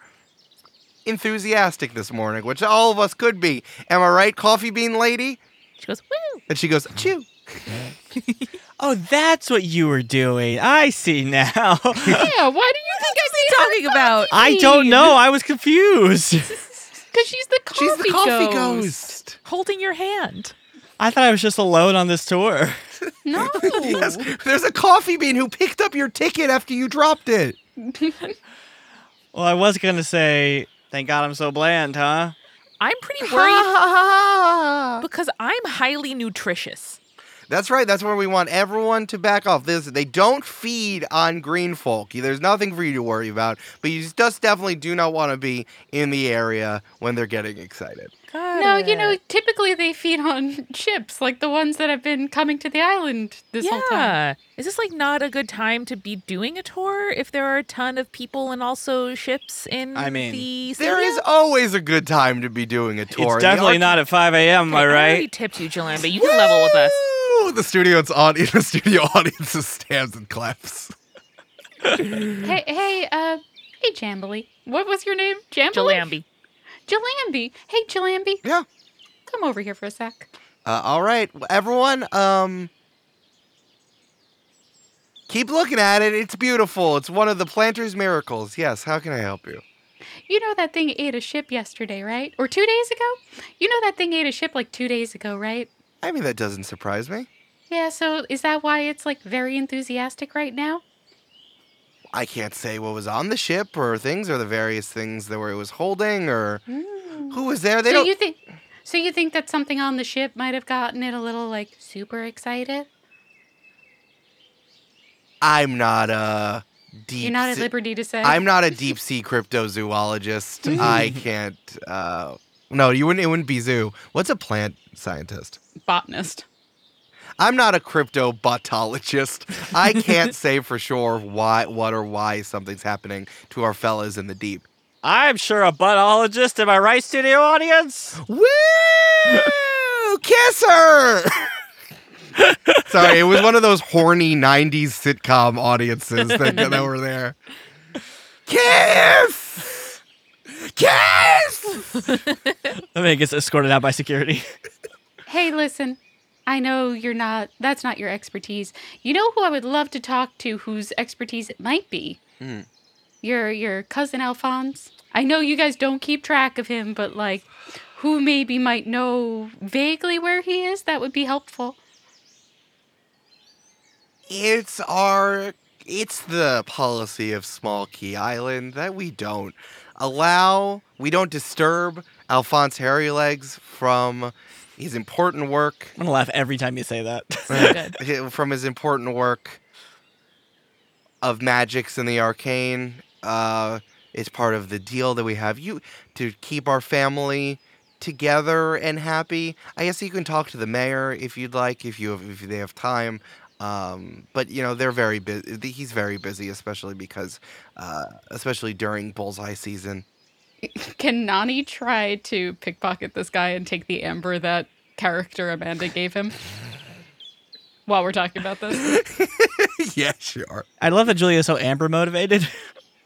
enthusiastic this morning, which all of us could be. Am I right, coffee bean lady? She goes, Woo! And she goes, Chew. Oh, that's what you were doing. I see now. Yeah. Why do you think I made Talking about I don't know. I was confused. Because she's the coffee. She's the coffee ghost. ghost. holding your hand. I thought I was just alone on this tour. No. Yes, there's a coffee bean who picked up your ticket after you dropped it. Well, I was gonna say, thank God I'm so bland, huh? I'm pretty worried because I'm highly nutritious. That's right. That's where we want everyone to back off. This they don't feed on green folk. There's nothing for you to worry about, but you just definitely do not want to be in the area when they're getting excited. Got No, you know, it. typically they feed on ships, like the ones that have been coming to the island this yeah. whole time. Is this like not a good time to be doing a tour if there are a ton of people and also ships in I mean, the There is always a good time to be doing a tour. It's definitely not at 5 a.m. Am I I already right? tipped you, Jillian, but you can level with us. The studio's audience, the studio audience just stands and claps. Hey, hey, uh, hey, Jambly. What was your name? Jambly? Jalambi. Jalambi. Hey, Jalambi. Yeah. Come over here for a sec. Uh, all right, everyone. Um, keep looking at it. It's beautiful. It's one of the planter's miracles. Yes. How can I help you? You know that thing ate a ship yesterday, right? Or two days ago? You know that thing ate a ship like two days ago, right? I mean, that doesn't surprise me. Yeah, so is that why it's like very enthusiastic right now? I can't say what was on the ship or things or the various things that were it was holding or Who was there? They Mm. so don't. you think? So you think that something on the ship might have gotten it a little like super excited? I'm not a deep. You're not at sea- liberty to say. I'm not a deep sea cryptozoologist. I can't. Uh, no, you wouldn't. It wouldn't be zoo. What's a plant scientist? botanist. I'm not a cryptobotologist. I can't say for sure why, what, or why something's happening to our fellas in the deep. I'm sure a buttologist. Am I right, studio audience? Woo! Kiss her! Sorry, it was one of those horny 90s sitcom audiences that, that were there. Kiss! Kiss! The man gets escorted out by security. Hey, listen. I know you're not. That's not your expertise. You know who I would love to talk to, whose expertise it might be. Your your cousin Alphonse. I know you guys don't keep track of him, but like, who maybe might know vaguely where he is? That would be helpful. It's our. It's the policy of Small Key Island that we don't allow, we don't disturb Alphonse Hairylegs from his important work I'm gonna laugh every time you say that. So good. hi- from his important work of magics and the arcane uh, is part of the deal that we have you to keep our family together and happy i guess you can talk to the mayor if you'd like if you have, if they have time um, but you know they're very busy he's very busy especially because uh, especially during bullseye season Can Nani try to pickpocket this guy and take the amber that character Amanda gave him? While we're talking about this, yeah sure I love that Julia is so Amber motivated.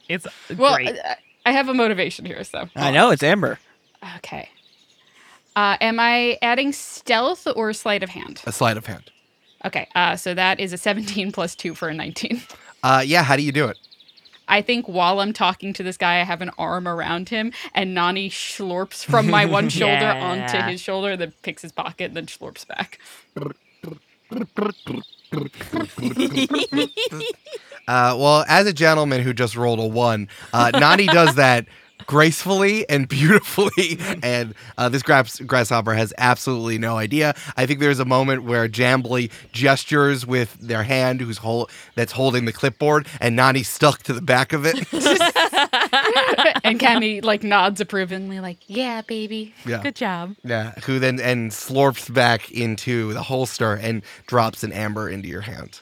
It's well, great. I, I have a motivation here, so I know it's Amber. Okay. Uh, am I adding stealth or sleight of hand? a sleight of hand Okay, uh, so that is a 17 plus 2 for a 19. uh, yeah how do you do it I think while I'm talking to this guy, I have an arm around him, and Nani slurps from my one shoulder onto Yeah. his shoulder, and then picks his pocket and then slurps back. Uh, well, as a gentleman who just rolled a one, uh, Nani does that gracefully and beautifully, and uh, this grass- grasshopper has absolutely no idea. I think there's a moment where Jambly gestures with their hand, who's hol- that's holding the clipboard, and Nani's stuck to the back of it. and Cammy, like, nods approvingly, like, yeah, baby. yeah, good job. yeah. Who then and slurps back into the holster and drops an amber into your hand.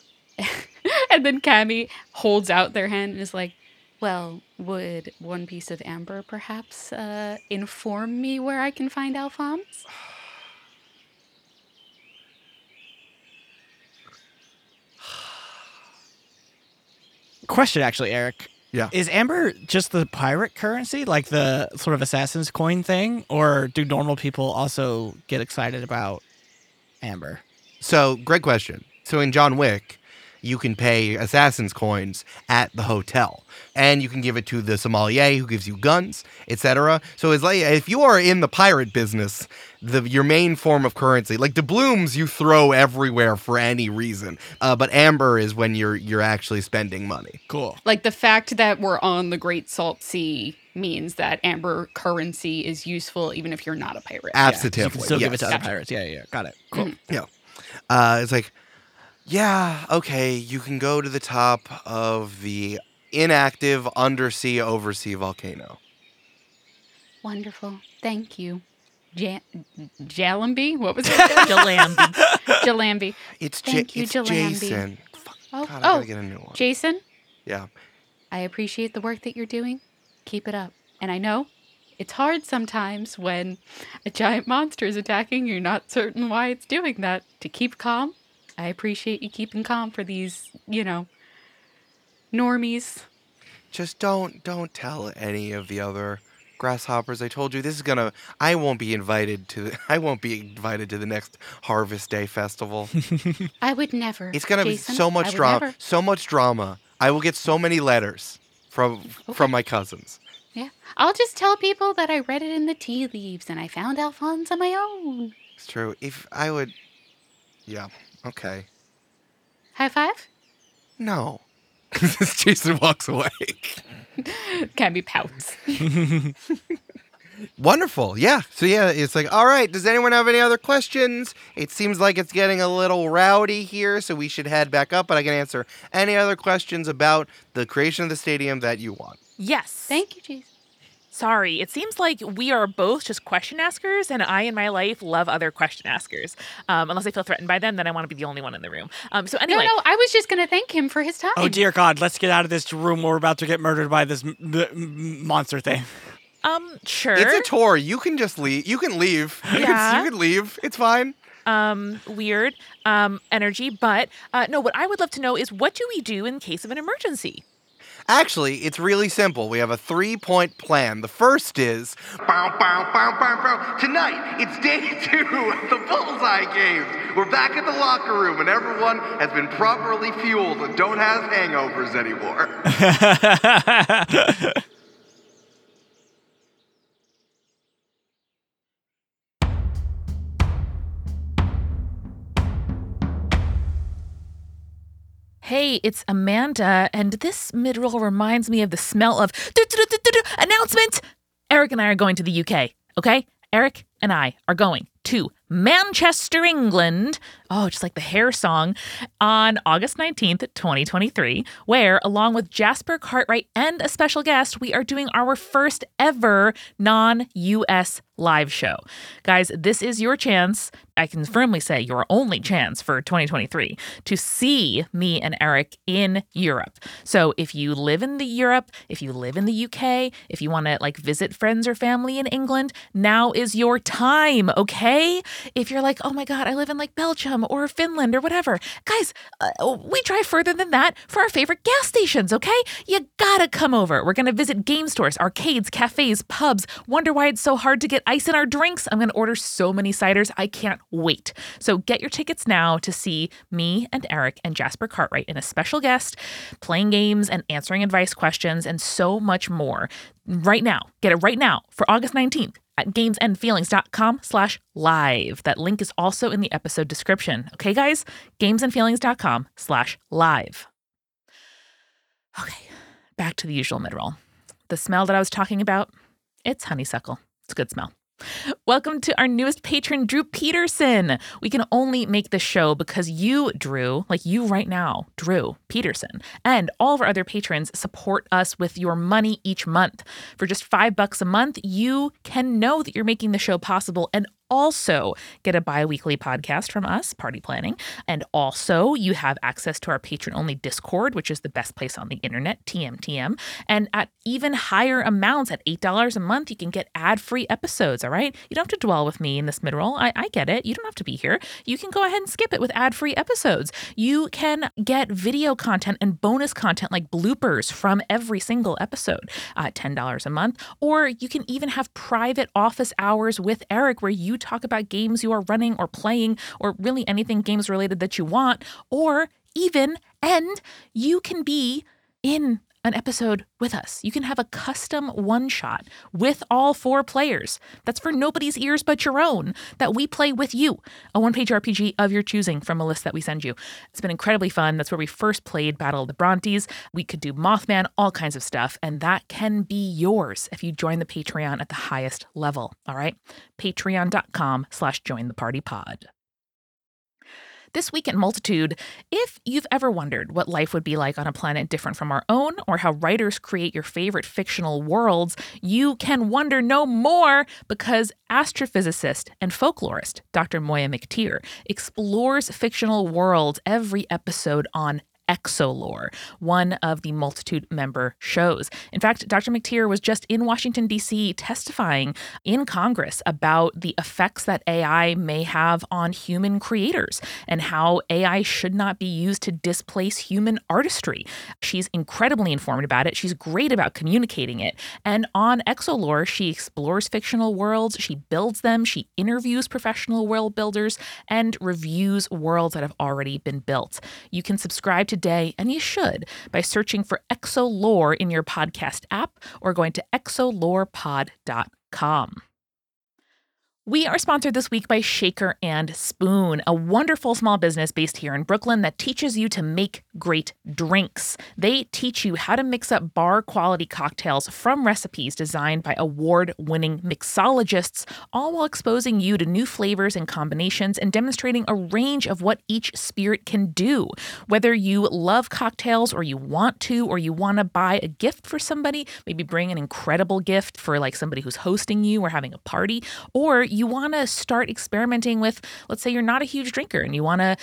And then Cammy holds out their hand and is like, well, would one piece of amber perhaps uh, inform me where I can find Alphonse? Question actually, Eric. Yeah. Is Amber just the pirate currency, like the sort of assassin's coin thing, or do normal people also get excited about Amber? So, great question. So, in John Wick, you can pay assassin's coins at the hotel, and you can give it to the sommelier who gives you guns, etc. So, it's like if you are in the pirate business, the your main form of currency, like doubloons, you throw everywhere for any reason. Uh, but amber is when you're you're actually spending money. Cool. Like the fact that we're on the Great Salt Sea means that amber currency is useful even if you're not a pirate. Absolutely, You can still give it to yes. other pirates. Yeah, yeah, yeah. got it. Mm. Cool. Yeah. Uh, it's like, yeah, okay, you can go to the top of the inactive undersea oversea volcano. Wonderful. Thank you. Ja- Jalambi? What was it? Jalambi. Jalambi. It's, Ja- Thank you, it's Jalambi. Jason. Fuck, Oh, God, I oh gotta get a new one. Jason, yeah. I appreciate the work that you're doing. Keep it up. And I know it's hard sometimes when a giant monster is attacking, you're not certain why it's doing that. To keep calm, I appreciate you keeping calm for these, you know, normies. Just don't don't tell any of the other grasshoppers. I told you this is gonna. I won't be invited to. The, I won't be invited to the next Harvest Day festival. I would never. It's gonna Jason. be so I much would drama. never. So much drama. I will get so many letters from from my cousins. Yeah. I'll just tell people that I read it in the tea leaves and I found Alphonse on my own. It's true. If I would, yeah. Okay. High five? No. Jason walks away. Can be pouts. Wonderful. Yeah. So yeah, it's like, all right, does anyone have any other questions? It seems like it's getting a little rowdy here, so we should head back up, but I can answer any other questions about the creation of the stadium that you want. Yes. Thank you, Jesus. Sorry, it seems like we are both just question askers, and I in my life love other question askers. Um, unless I feel threatened by them, then I want to be the only one in the room. Um, so No, anyway, no, I was just gonna thank him for his time. Oh dear God! Let's get out of this room. We're about to get murdered by this m- m- monster thing. um, sure. It's a tour. You can just leave. You can leave. You, Yeah. can, you can leave. It's fine. um, weird um, energy, but uh, no. What I would love to know is what do we do in case of an emergency? Actually, it's really simple. We have a three point plan. The first is Bow, bow, bow, bow, bow. Tonight, it's day two of the Bullseye Games. We're back at the locker room, and everyone has been properly fueled and don't have hangovers anymore. Hey, it's Amanda, and this mid-roll reminds me of the smell of announcement. Eric and I are going to the UK, okay? Eric and I are going to Manchester, England. Oh, just like the hair song on August 19th, 2023, where along with Jasper Cartwright and a special guest, we are doing our first ever non-US live show. Guys, this is your chance. I can firmly say your only chance for 2023 to see me and Eric in Europe. So if you live in the Europe, if you live in the UK, if you want to like visit friends or family in England, now is your time, okay? If you're like, "Oh my god, I live in like Belgium or Finland or whatever." Guys, uh, we drive further than that for our favorite gas stations, okay? You got to come over. We're going to visit game stores, arcades, cafes, pubs. Wonder why it's so hard to get ice in our drinks. I'm going to order so many ciders. I can't wait. So get your tickets now to see me and Eric and Jasper Cartwright and a special guest playing games and answering advice questions and so much more. Right now, get it right now for August 19th at gamesandfeelings.com slash live. That link is also in the episode description. Okay, guys? gamesandfeelings.com slash live. Okay, back to the usual mid-roll. The smell that I was talking about, it's honeysuckle. It's a good smell. Welcome to our newest patron, Drew Peterson. We can only make this show because you, Drew, like you right now, Drew Peterson, and all of our other patrons support us with your money each month. For just five bucks a month, you can know that you're making the show possible and also get a bi-weekly podcast from us party planning and also you have access to our patron only discord which is the best place on the internet tmtm and at even higher amounts at $8 a month you can get ad-free episodes all right you don't have to dwell with me in this mid-roll I, I get it you don't have to be here you can go ahead and skip it with ad-free episodes you can get video content and bonus content like bloopers from every single episode at $10 a month or you can even have private office hours with Eric where you talk about games you are running or playing or really anything games related that you want or even and you can be in an episode with us. You can have a custom one shot with all four players. That's for nobody's ears but your own that we play with you. A one page RPG of your choosing from a list that we send you. It's been incredibly fun. That's where we first played Battle of the Brontes. We could do Mothman, all kinds of stuff. And that can be yours if you join the Patreon at the highest level. All right. Patreon.com slash join the party pod. This Week in Multitude, if you've ever wondered what life would be like on a planet different from our own, or how writers create your favorite fictional worlds, you can wonder no more because astrophysicist and folklorist Dr. Moya McTeer explores fictional worlds every episode on Exolore, one of the multitude member shows. In fact, Dr. McTeer was just in Washington, D.C., testifying in Congress about the effects that AI may have on human creators and how AI should not be used to displace human artistry. She's incredibly informed about it. She's great about communicating it. And on Exolore, she explores fictional worlds, she builds them, she interviews professional world builders, and reviews worlds that have already been built. You can subscribe today, and you should, by searching for Exolore in your podcast app or going to exolorepod.com. We are sponsored this week by Shaker and Spoon, a wonderful small business based here in Brooklyn that teaches you to make great drinks. They teach you how to mix up bar quality cocktails from recipes designed by award winning mixologists, all while exposing you to new flavors and combinations and demonstrating a range of what each spirit can do. Whether you love cocktails or you want to, or you want to buy a gift for somebody, maybe bring an incredible gift for like somebody who's hosting you or having a party, or you want to start experimenting with, let's say you're not a huge drinker and you want to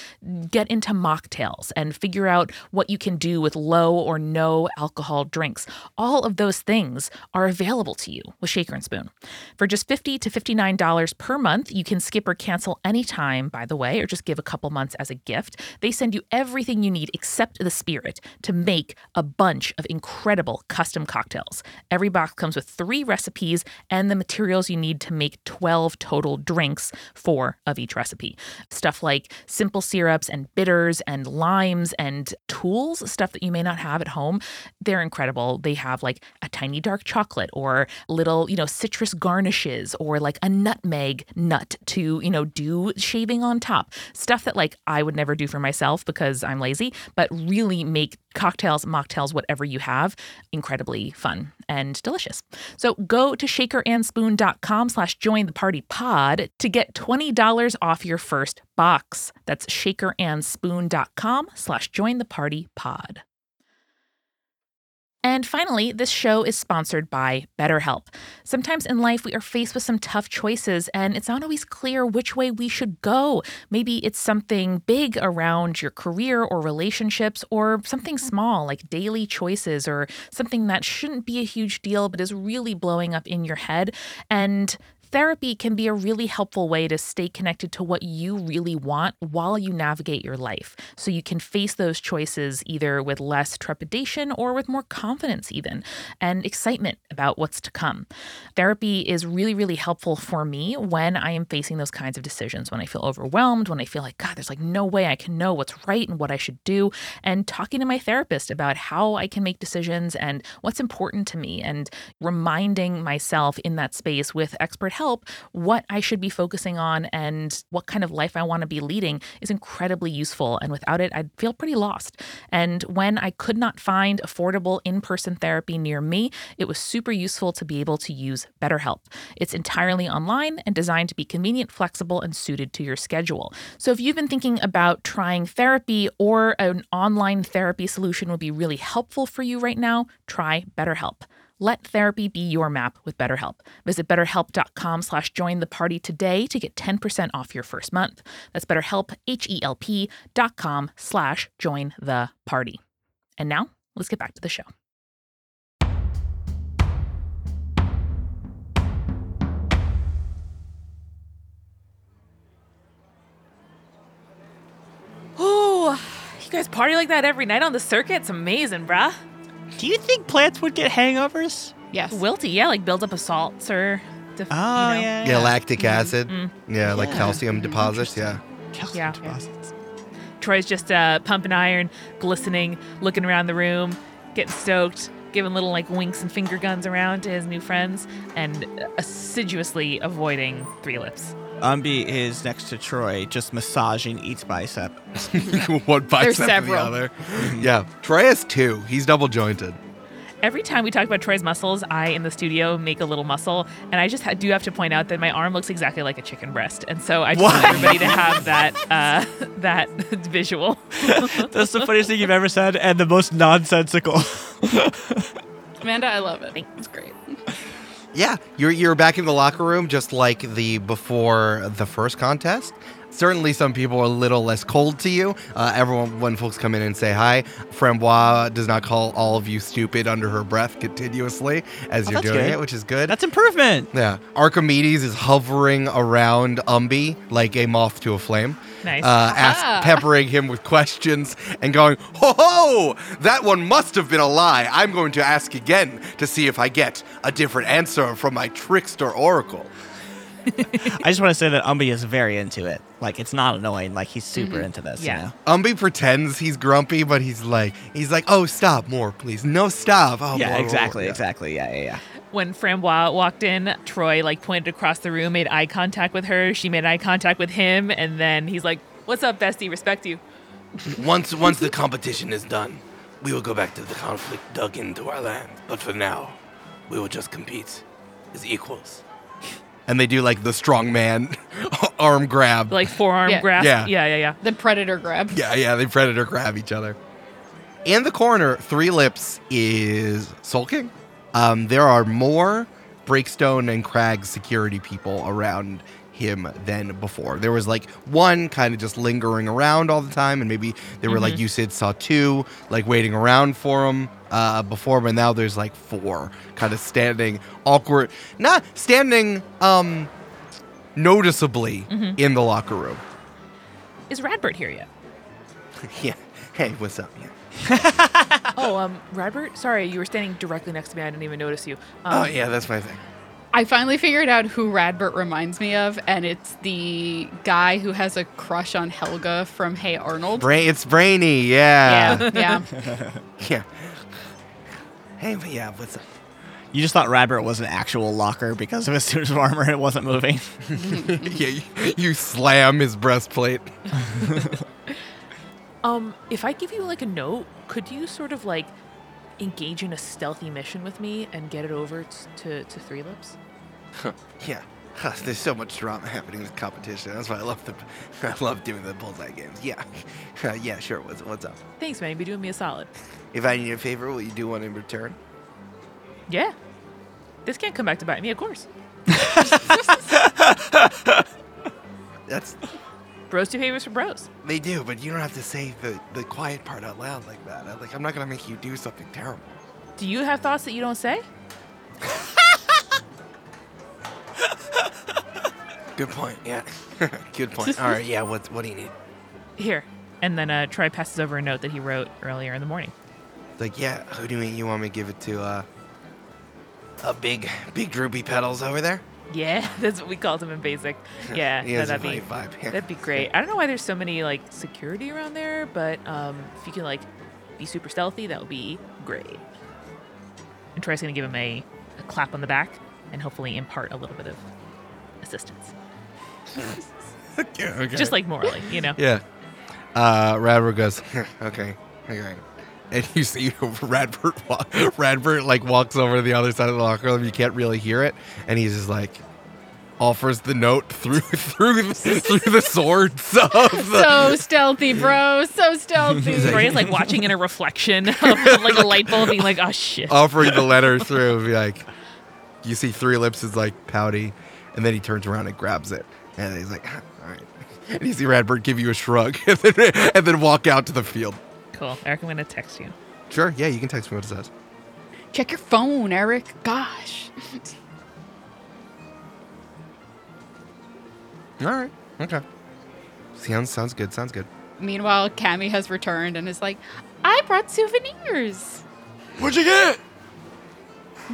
get into mocktails and figure out what you can do with low or no alcohol drinks. All of those things are available to you with Shaker and Spoon. For just $50 to $59 per month, you can skip or cancel anytime, by the way, or just give a couple months as a gift. They send you everything you need except the spirit to make a bunch of incredible custom cocktails. Every box comes with three recipes and the materials you need to make 12 total drinks, four of each recipe. Stuff like simple syrups and bitters and limes and tools, stuff that you may not have at home. They're incredible. They have like a tiny dark chocolate or little, you know, citrus garnishes or like a nutmeg nut to, you know, do shaving on top. Stuff that like I would never do for myself because I'm lazy, but really make cocktails, mocktails, whatever you have, incredibly fun and delicious. So go to shakerandspoon.com slash join the party pod to get $20 off your first box. That's shakerandspoon.com slash join the party pod. And finally, this show is sponsored by BetterHelp. Sometimes in life, we are faced with some tough choices, and it's not always clear which way we should go. Maybe it's something big around your career or relationships, or something small like daily choices, or something that shouldn't be a huge deal but is really blowing up in your head. And Therapy can be a really helpful way to stay connected to what you really want while you navigate your life. So you can face those choices either with less trepidation or with more confidence, even, and excitement about what's to come. Therapy is really, really helpful for me when I am facing those kinds of decisions, when I feel overwhelmed, when I feel like, God, there's like no way I can know what's right and what I should do. And talking to my therapist about how I can make decisions and what's important to me, and reminding myself in that space with expert help what I should be focusing on and what kind of life I want to be leading is incredibly useful. And without it, I'd feel pretty lost. And when I could not find affordable in person therapy near me, it was super useful to be able to use BetterHelp. It's entirely online and designed to be convenient, flexible, and suited to your schedule. So if you've been thinking about trying therapy or an online therapy solution would be really helpful for you right now, try BetterHelp. Let therapy be your map with BetterHelp. Visit betterhelp.com slash join the party today to get 10% off your first month. That's betterhelp, H-E-L-P dot com slash join the party. And now let's get back to the show. Oh, you guys party like that every night on the circuit? It's amazing, bruh. Do you think plants would get hangovers? Yes. Wilty, yeah, like builds up a salt or def- Oh, you know. yeah. Mm-hmm. Mm. Yeah, lactic acid. Yeah, like Yeah. Mm-hmm. calcium deposits. Yeah. Calcium Yeah. deposits. Troy's just uh, pumping iron, glistening, looking around the room, getting stoked, giving little like winks and finger guns around to his new friends, and assiduously avoiding three lips. Umby is next to Troy, just massaging each bicep. One bicep There's several. Yeah. Troy has two. He's double jointed. Every time we talk about Troy's muscles, I in the studio make a little muscle, and I just ha- do have to point out that my arm looks exactly like a chicken breast, and so I just want everybody to have that uh, that visual. That's the funniest thing you've ever said, and the most nonsensical. Amanda, I love it. It's great. Yeah, you're you're back in the locker room just like the before the first contest. Certainly, some people are a little less cold to you. Uh, everyone, when folks come in and say hi, Frambois does not call all of you stupid under her breath continuously as Oh, you're that's doing good. it, which is good. That's improvement. yeah, Archimedes is hovering around Umby like a moth to a flame. Nice. Uh, ask, peppering him with questions and going, ho ho! That one must have been a lie. I'm going to ask again to see if I get a different answer from my trickster oracle. I just want to say that Umby is very into it. Like, it's not annoying. Like, he's super into this. Yeah. You know? Umby pretends he's grumpy, but he's like, he's like, oh, stop, more, please. No, stop. Oh, blah, blah, yeah, blah, exactly, yeah. exactly. Yeah, yeah, yeah. When Frambois walked in, Troy like pointed across the room, made eye contact with her. She made eye contact with him, and then he's like, "What's up, bestie? Respect you." Once once the competition is done, we will go back to the conflict dug into our land. But for now, we will just compete as equals. And they do like the strong man arm grab. Like forearm Yeah. grasp. Yeah. yeah, yeah, yeah. The predator grab. yeah, yeah, they predator grab each other. In the corner, Three Lips is sulking. Um, there are more Breakstone and Crag security people around him than before. There was like one kind of just lingering around all the time, and maybe there were like you said saw two like waiting around for him uh, before, but now there's like four kind of standing awkward, not standing um, noticeably in the locker room. Is Radbert here yet? yeah. Hey, what's up? Yeah. Oh, um, Radbert. Sorry, you were standing directly next to me. I didn't even notice you. Oh Um, yeah, that's my thing. I finally figured out who Radbert reminds me of, and it's the guy who has a crush on Helga from Hey Arnold. Brain, it's brainy. Yeah. yeah, yeah. Yeah. Hey, but yeah, what's up? You just thought Rabbit was an actual locker because of his suit of armor and it wasn't moving. yeah, you, you slam his breastplate. Um, if I give you like a note, could you sort of like engage in a stealthy mission with me and get it over t- to to Three Lips? Yeah. Huh, There's so much drama happening in this competition. That's why I love the, I love doing the bullseye games. Yeah, Uh, yeah, sure. What's what's up? Thanks, man. You'd be doing me a solid. If I need a favor, will you do one in return? Yeah. This can't come back to bite me, of course. That's Bros do favors for bros. they do, but you don't have to say the the quiet part out loud like that. I- Like I'm not gonna make you do something terrible. Do you have thoughts that you don't say? Good point. Yeah. Good point. All right. Yeah. What What do you need? Here. And then uh, Troy passes over a note that he wrote earlier in the morning. Like yeah, who do you, you want me to give it to? Uh, A big, big droopy petals over there. Yeah, that's what we called him in basic. Yeah, he no, has a that'd be funny vibe. Yeah. that'd be great. I don't know why there's so many like security around there, but um, if you can like be super stealthy, that would be great. And Troy's gonna give him a, a clap on the back and hopefully impart a little bit of assistance, Yeah, okay. just like morally, you know. Yeah. Uh, Radbert goes, okay, okay. And you see Radbert, wa- Radbert like walks over to the other side of the locker room. You can't really hear it, and he's just like offers the note through through through the swords of the. so stealthy, bro. So stealthy. Troy's like watching in a reflection of like a light bulb, being like, "Oh shit." offering the letter through. Be like, you see three lips is like pouty, and then he turns around and grabs it, and he's like, "Ah, all right. And you see Radbert give you a shrug, and then, and then walk out to the field. Cool, Eric. I'm gonna text you. Sure, yeah, you can text me what it says. Check your phone, Eric. Gosh. All right. Okay. Sounds sounds good. Sounds good. Meanwhile, Cammy has returned and is like, I brought souvenirs, What'd you get?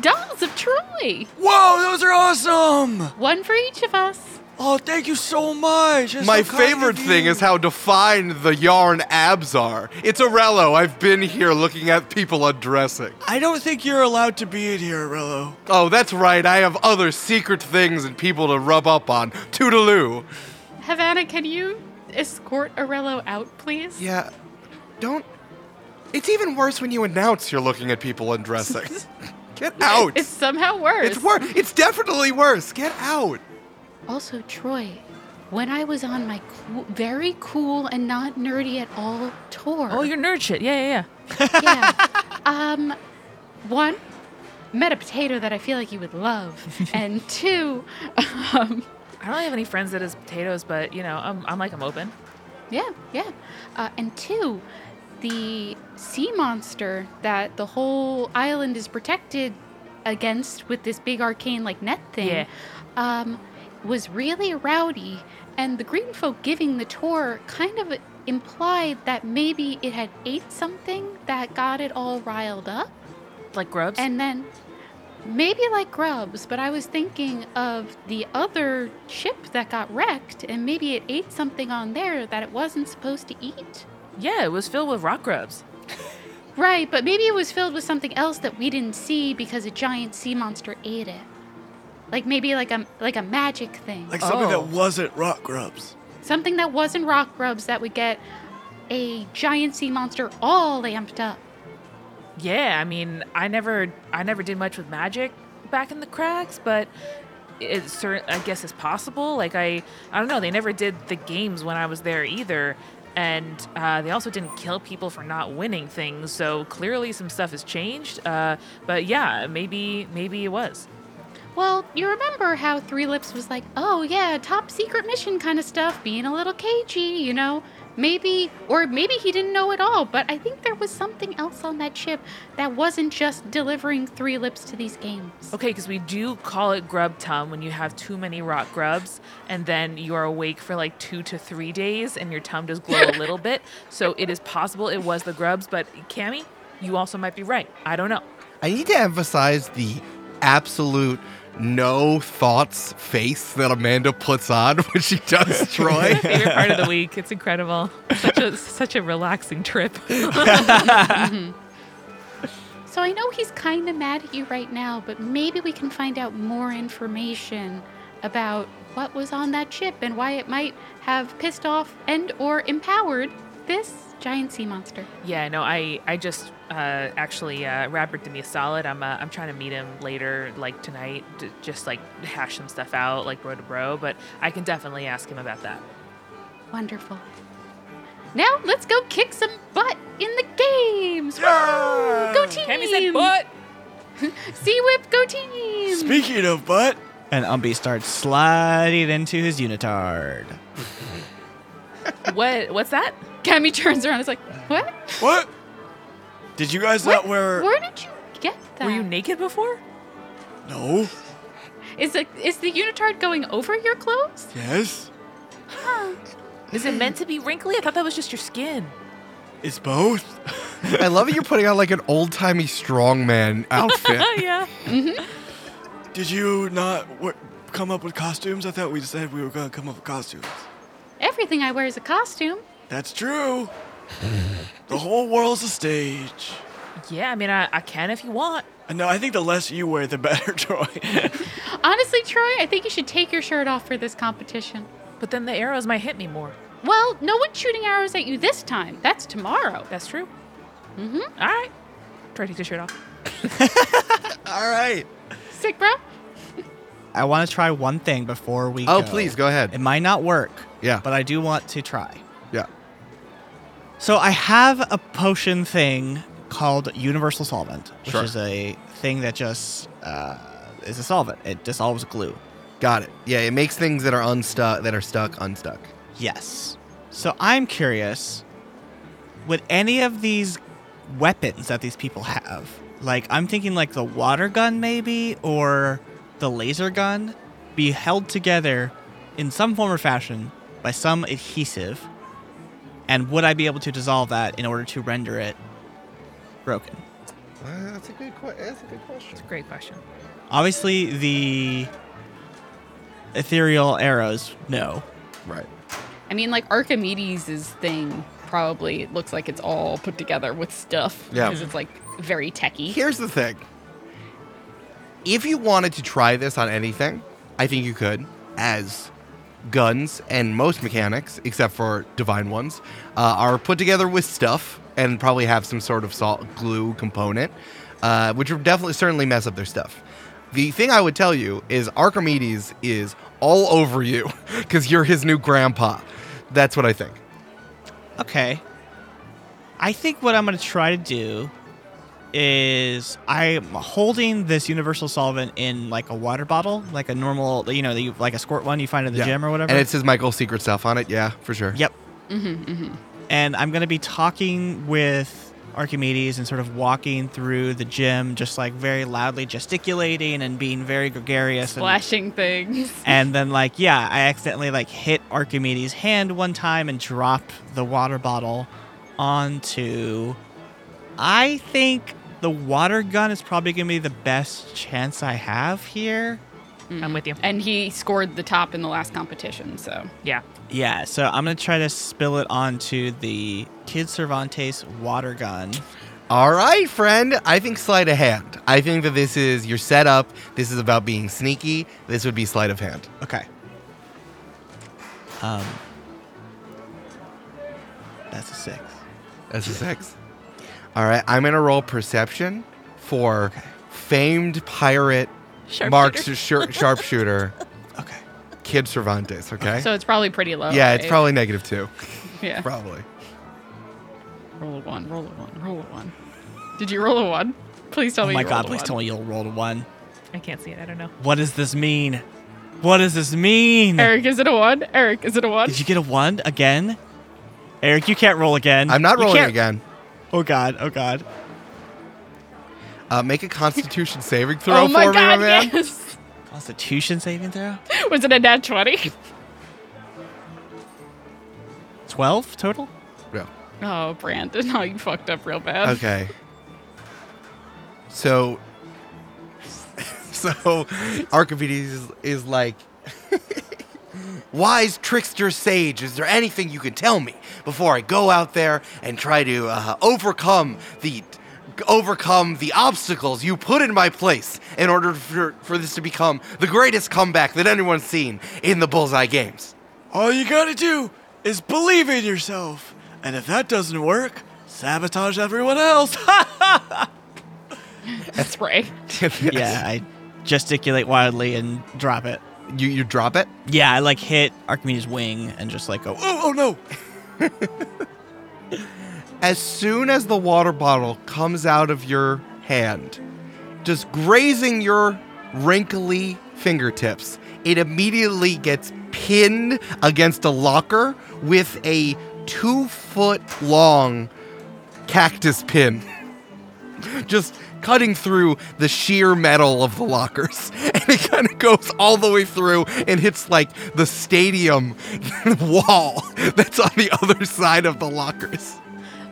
dolls of Troy, Whoa, those are awesome! one for each of us. Oh, thank you so much. That's My so kind favorite of thing you. is how defined the yarn abs are. It's Arello. I've been here looking at people undressing. I don't think you're allowed to be in here, Rello. Oh, that's right. I have other secret things and people to rub up on. Toodaloo. Havana, can you escort Arello out, please? Yeah. Don't. It's even worse when you announce you're looking at people undressing. Get out. It's somehow worse. It's worse. It's definitely worse. Get out. Also, Troy, when I was on my cool, very cool and not nerdy at all tour, Oh, your nerd shit. Yeah, yeah, yeah. yeah. Um, one, met a potato that I feel like you would love, and two, um, I don't have any friends that is potatoes, but you know, I'm, I'm like I'm open. yeah, yeah, uh, and two, the sea monster that the whole island is protected against with this big arcane like net thing. Yeah. um, was really rowdy, and the green folk giving the tour kind of implied that maybe it had ate something that got it all riled up. Like grubs. And then maybe like grubs, but I was thinking of the other ship that got wrecked, and maybe it ate something on there that it wasn't supposed to eat. yeah, it was filled with rock grubs. Right, but maybe it was filled with something else that we didn't see because a giant sea monster ate it. Like maybe like a like a magic thing. Like something Oh. that wasn't rock grubs. something that wasn't rock grubs that would get a giant sea monster all amped up. Yeah, I mean, I never, I never did much with magic back in the cracks, but it cer- I guess it's possible. Like I, I don't know. They never did the games when I was there either, and uh, they also didn't kill people for not winning things. So clearly, some stuff has changed. Uh, but yeah, maybe, maybe it was. Well, you remember how Three Lips was like, oh yeah, top secret mission kind of stuff, being a little cagey, you know? Maybe, or maybe he didn't know at all, but I think there was something else on that ship that wasn't just delivering Three Lips to these games. Okay, because we do call it grub tum when you have too many rock grubs, and then you are awake for like two to three days, and your tum does glow a little bit. So it is possible it was the grubs, but Cammy, you also might be right. I don't know. I need to emphasize the absolute no thoughts face that Amanda puts on when she does Troy. Favorite part of the week. It's incredible. Such a such a relaxing trip. So I know he's kind of mad at you right now, but maybe we can find out more information about what was on that ship and why it might have pissed off and or empowered this giant sea monster. yeah, no, I I just uh, actually uh, Robert did me a solid. I'm uh, I'm trying to meet him later, like tonight, to just like hash some stuff out, like bro to bro. But I can definitely ask him about that. Wonderful. Now let's go kick some butt in the games. Woo! Go team! Cammy said, "What?" Sea whip, go team! Speaking of butt, And Umby starts sliding into his unitard. What? What's that? Cammy turns around. I was like, what? what? Did you guys not wear? Where did you get that? Were you naked before? No. is the is the unitard going over your clothes? Yes. Is it meant to be wrinkly? I thought that was just your skin. It's both. I love that you're putting on like an old timey strongman outfit. yeah. Did you not wear, come up with costumes? I thought we decided we were gonna come up with costumes. Everything I wear is a costume. That's true. the whole world's a stage. Yeah, I mean, I, I can if you want. And No, I think the less you wear, the better, Troy. Honestly, Troy, I think you should take your shirt off for this competition. But then the arrows might hit me more. Well, no one's shooting arrows at you this time. That's tomorrow. That's true. Mm-hmm. All right. Try to take your shirt off. All right. Sick, bro. I want to try one thing before we Oh, go. please, go ahead. It might not work. Yeah. But I do want to try. Yeah. So I have a potion thing called Universal Solvent, which Sure. is a thing that just uh, is a solvent. It dissolves glue. Got it. Yeah, it makes things that are unstuck that are stuck unstuck. Yes. So I'm curious, would any of these weapons that these people have, like I'm thinking like the water gun maybe or the laser gun, be held together in some form or fashion by some adhesive? And would I be able to dissolve that in order to render it broken? that's a good question. That's a good question. Great question. Obviously, the ethereal arrows, no. Right. I mean, like Archimedes' thing probably looks like it's all put together with stuff. Yeah. Because it's like very techy. Here's the thing. If you wanted to try this on anything, I think you could, as guns and most mechanics, except for divine ones, uh, are put together with stuff and probably have some sort of salt glue component, uh, which would definitely certainly mess up their stuff. The thing I would tell you is Archimedes is all over you because you're his new grandpa. That's what I think. Okay. I think what I'm going to try to do is I'm holding this universal solvent in like a water bottle, like a normal, you know, that you, like a squirt one you find in the Yeah. gym or whatever. And it says Michael Secret stuff on it. Yeah, for sure. Yep. Mm-hmm, And I'm going to be talking with Archimedes and sort of walking through the gym, just like very loudly gesticulating and being very gregarious. and- Flashing things. and then like yeah i accidentally like hit archimedes hand one time and drop the water bottle onto i think the water gun is probably gonna be the best chance i have here I'm with you. And he scored the top in the last competition, so. Yeah. yeah so i'm gonna try to spill it onto the kid cervantes water gun All right, friend. I think sleight of hand. I think that this is your setup. This is about being sneaky. This would be sleight of hand. Okay. Um, that's a six. That's a six. All right, I'm gonna roll perception for famed pirate Mark's shir- sharpshooter Okay. Kid Cervantes. Okay. So it's probably pretty low. yeah, it's right? probably negative two. Yeah. Probably. Roll a one. Roll a one. Roll a one. Did you roll a one? Please tell Oh me. my you god! rolled a Please one. tell me you'll roll a one. I can't see it. I don't know. What does this mean? What does this mean? Eric, is it a one? Eric, is it a one? Did you get a one again? Eric, you can't roll again. I'm not You rolling can't- again. Oh god! Oh god! Uh, make a Constitution saving throw oh my for me, my god! man. Yes. Constitution saving throw. Was it a nat twenty? Twelve total. No. Oh, Brandon, oh, you fucked up real bad. Okay. So, so Archimedes is, is like, Wise trickster sage, is there anything you can tell me before I go out there and try to uh, overcome the overcome the obstacles you put in my place in order for, for this to become the greatest comeback that anyone's seen in the Bullseye games? All you gotta do is believe in yourself. And if that doesn't work, sabotage everyone else. That's right. Yeah, I gesticulate wildly and drop it. you you drop it. Yeah, I like hit Archimedes' wing and just like go. oh, oh no. As soon as the water bottle comes out of your hand, just grazing your wrinkly fingertips, it immediately gets pinned against a locker with a two foot long cactus pin. Just cutting through the sheer metal of the lockers. And it kind of goes all the way through and hits like the stadium wall that's on the other side of the lockers.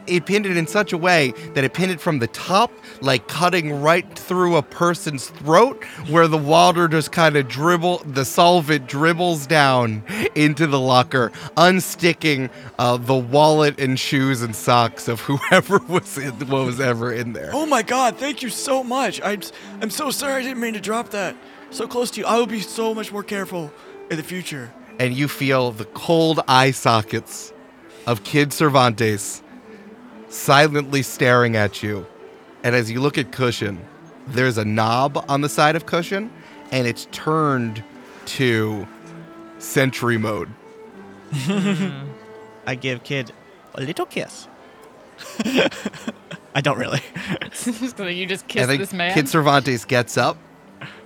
It pinned it in such a way that it pinned it from the top, like cutting right through a person's throat, where the water just kind of dribble, the solvent dribbles down into the locker, unsticking uh, the wallet and shoes and socks of whoever was in, what was ever in there. Oh my god, thank you so much. I'm, s- I'm so sorry I didn't mean to drop that. So close to you. I will be so much more careful in the future. and you feel the cold eye sockets of Kid Cervantes silently staring at you. And as you look at Cushion, there's a knob on the side of Cushion, and it's turned to sentry mode. I give kid a little kiss. I don't really. so you just kissed and then this man. Kid Cervantes gets up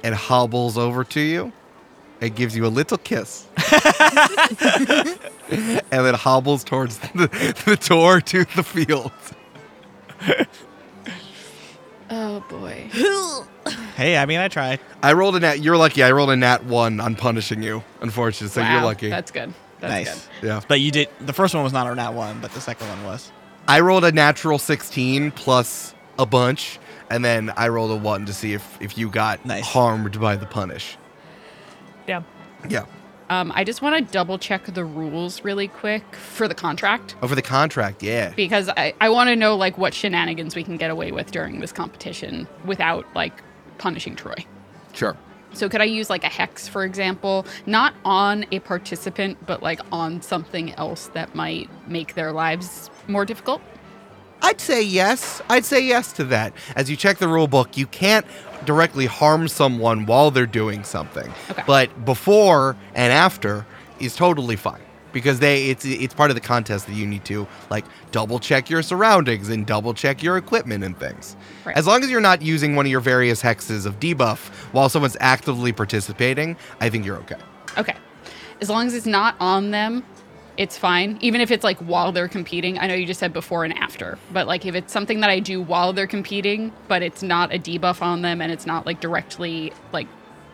and hobbles over to you and gives you a little kiss. and then hobbles towards the, the door to the field. oh boy. Hey, I mean, I tried. I rolled a nat. You're lucky. I rolled a nat one on punishing you. Unfortunately, so you're Wow, lucky. That's good. That's nice. yeah. But you did. The first one was not on that one, but the second one was. I rolled a natural 16 plus a bunch, and then I rolled a one to see if if you got Nice. harmed by the punish. Yeah. Yeah. good. Um, I just want to double check the rules really quick for the contract Over Oh, the contract. Yeah. because I, I want to know like what shenanigans we can get away with during this competition without like punishing Troy. Sure. So could I use like a hex, for example, not on a participant, but like on something else that might make their lives more difficult? I'd say yes. I'd say yes to that. As you check the rule book, you can't directly harm someone while they're doing something. Okay. But before and after is totally fine because they it's it's part of the contest that you need to like double check your surroundings and double check your equipment and things. Right. As long as you're not using one of your various hexes of debuff while someone's actively participating, I think you're okay. Okay. As long as it's not on them, it's fine. Even if it's like while they're competing. I know you just said before and after, but like if it's something that I do while they're competing, but it's not a debuff on them and it's not like directly like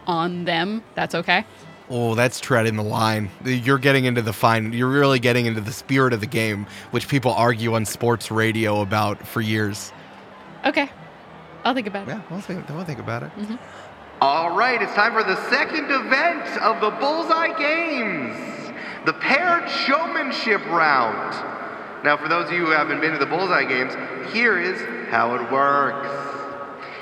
on them, that's okay. Oh, that's treading the line. You're getting into the fine. You're really getting into the spirit of the game, which people argue on sports radio about for years. Okay. I'll think about it. Yeah, we'll think, we'll think about it. All right, it's time for the second event of the Bullseye Games the Paired Showmanship Round. Now, for those of you who haven't been to the Bullseye games, here is how it works.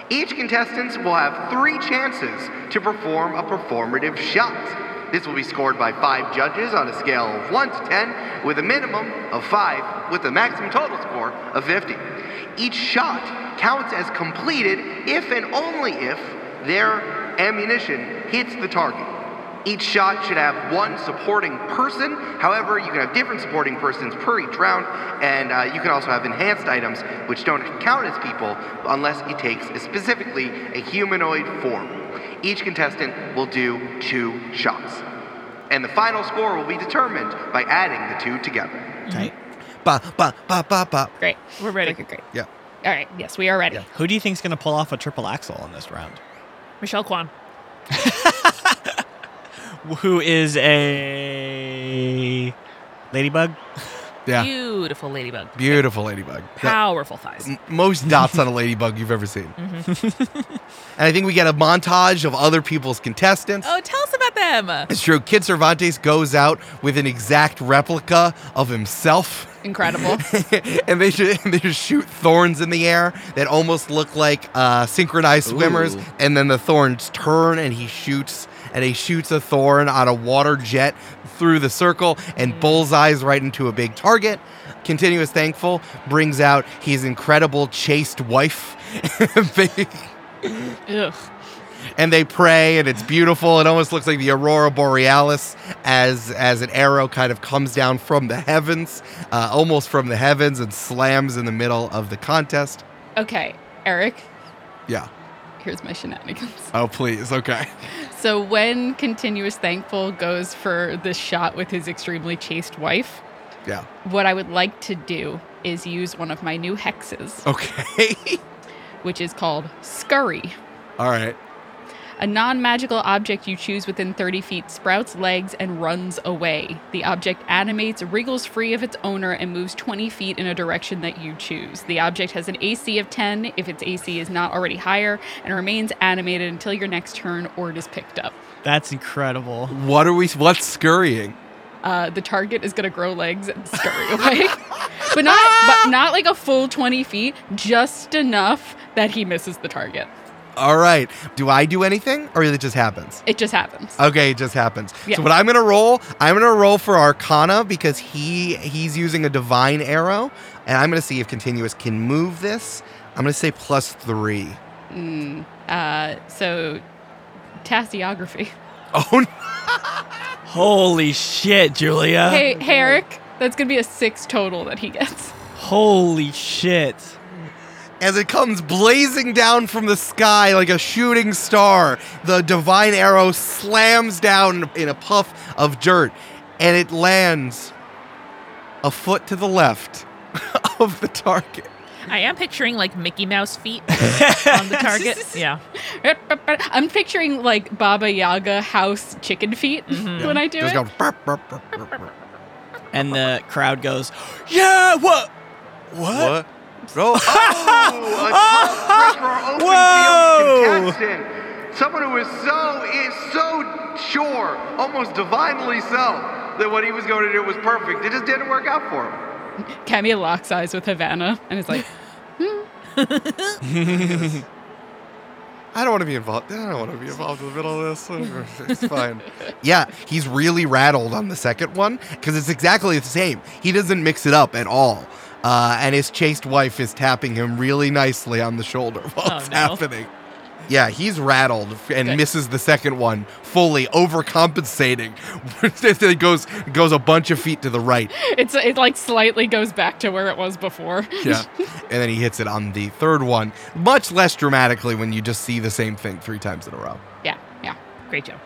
Each contestant will have three chances to perform a performative shot. This will be scored by five judges on a scale of 1 to 10, with a minimum of 5, with a maximum total score of 50. Each shot counts as completed if and only if their ammunition hits the target. Each shot should have one supporting person. However, you can have different supporting persons per each round, and uh, you can also have enhanced items, which don't count as people unless it takes specifically a humanoid form. Each contestant will do two shots, and the final score will be determined by adding the two together. Tight. Ba, ba, ba, ba, ba. Great. We're ready. Great, great, Yeah. great. All right. Yes, we are ready. Yeah. Who do you think's gonna pull off a triple axel on this round? Michelle Kwan. Who is a ladybug? Yeah. Beautiful ladybug. Beautiful ladybug. Yeah. Powerful thighs. M- Most dots on a ladybug you've ever seen. and I think we get a montage of other people's contestants. Oh, tell us about them. It's true. Kid Cervantes goes out with an exact replica of himself. Incredible. and they just, they just shoot thorns in the air that almost look like uh, synchronized swimmers, Ooh. and then the thorns turn, and he shoots, and he shoots a thorn on a water jet through the circle, and bullseyes right into a big target. Continuous thankful brings out his incredible chaste wife, Ugh. and they pray, and it's beautiful. It almost looks like the aurora borealis as as an arrow kind of comes down from the heavens, uh, almost from the heavens, and slams in the middle of the contest. okay, Eric, Yeah. here's my shenanigans. Oh, please. Okay. So when Continuous Thankful goes for this shot with his extremely chaste wife, Yeah. what I would like to do is use one of my new hexes, Okay. which is called Scurry. All right. A non magical object you choose within 30 feet sprouts legs and runs away. The object animates, wriggles free of its owner, and moves 20 feet in a direction that you choose. The object has an AC of 10 if its AC is not already higher and remains animated until your next turn or it is picked up. That's incredible. What are we? What's scurrying? Uh, the target is going to grow legs and scurry away. but, not, Ah! but not like a full 20 feet, just enough that he misses the target. All right. Do I do anything, or it just happens? It just happens. Okay, it just happens. Yeah. So what I'm gonna roll? I'm gonna roll for Arcana because he he's using a divine arrow, and I'm gonna see if Continuous can move this. I'm gonna say plus three. Mm, uh, so, tassiography. Oh, Holy shit, Julia. Hey, hey, Eric. That's gonna be a six total that he gets. Holy shit. as it comes blazing down from the sky like a shooting star, the divine arrow slams down in a puff of dirt and it lands a foot to the left of the target. I am picturing like Mickey Mouse feet on the target. Yeah. I'm picturing like Baba Yaga house chicken feet when I do Mm-hmm. Just it. go burp, burp, burp, burp, burp. And the crowd goes, Yeah, what? What? What? Bro, Oh, a top Whoa! open field contestant. Someone who is so is so sure, almost divinely so, that what he was going to do was perfect. It just didn't work out for him. Cammy locks eyes with Havana and is like, I don't want to be involved. I don't want to be involved in the middle of this. It's fine. yeah, he's really rattled on the second one because it's exactly the same. He doesn't mix it up at all. Uh, and his chaste wife is tapping him really nicely on the shoulder while Oh, it's no. happening. Yeah, he's rattled and misses the second one fully, overcompensating. it goes goes a bunch of feet to the right. it's it like slightly goes back to where it was before. Yeah. and then he hits it on the third one, much less dramatically when you just see the same thing three times in a row. yeah, yeah. Great job.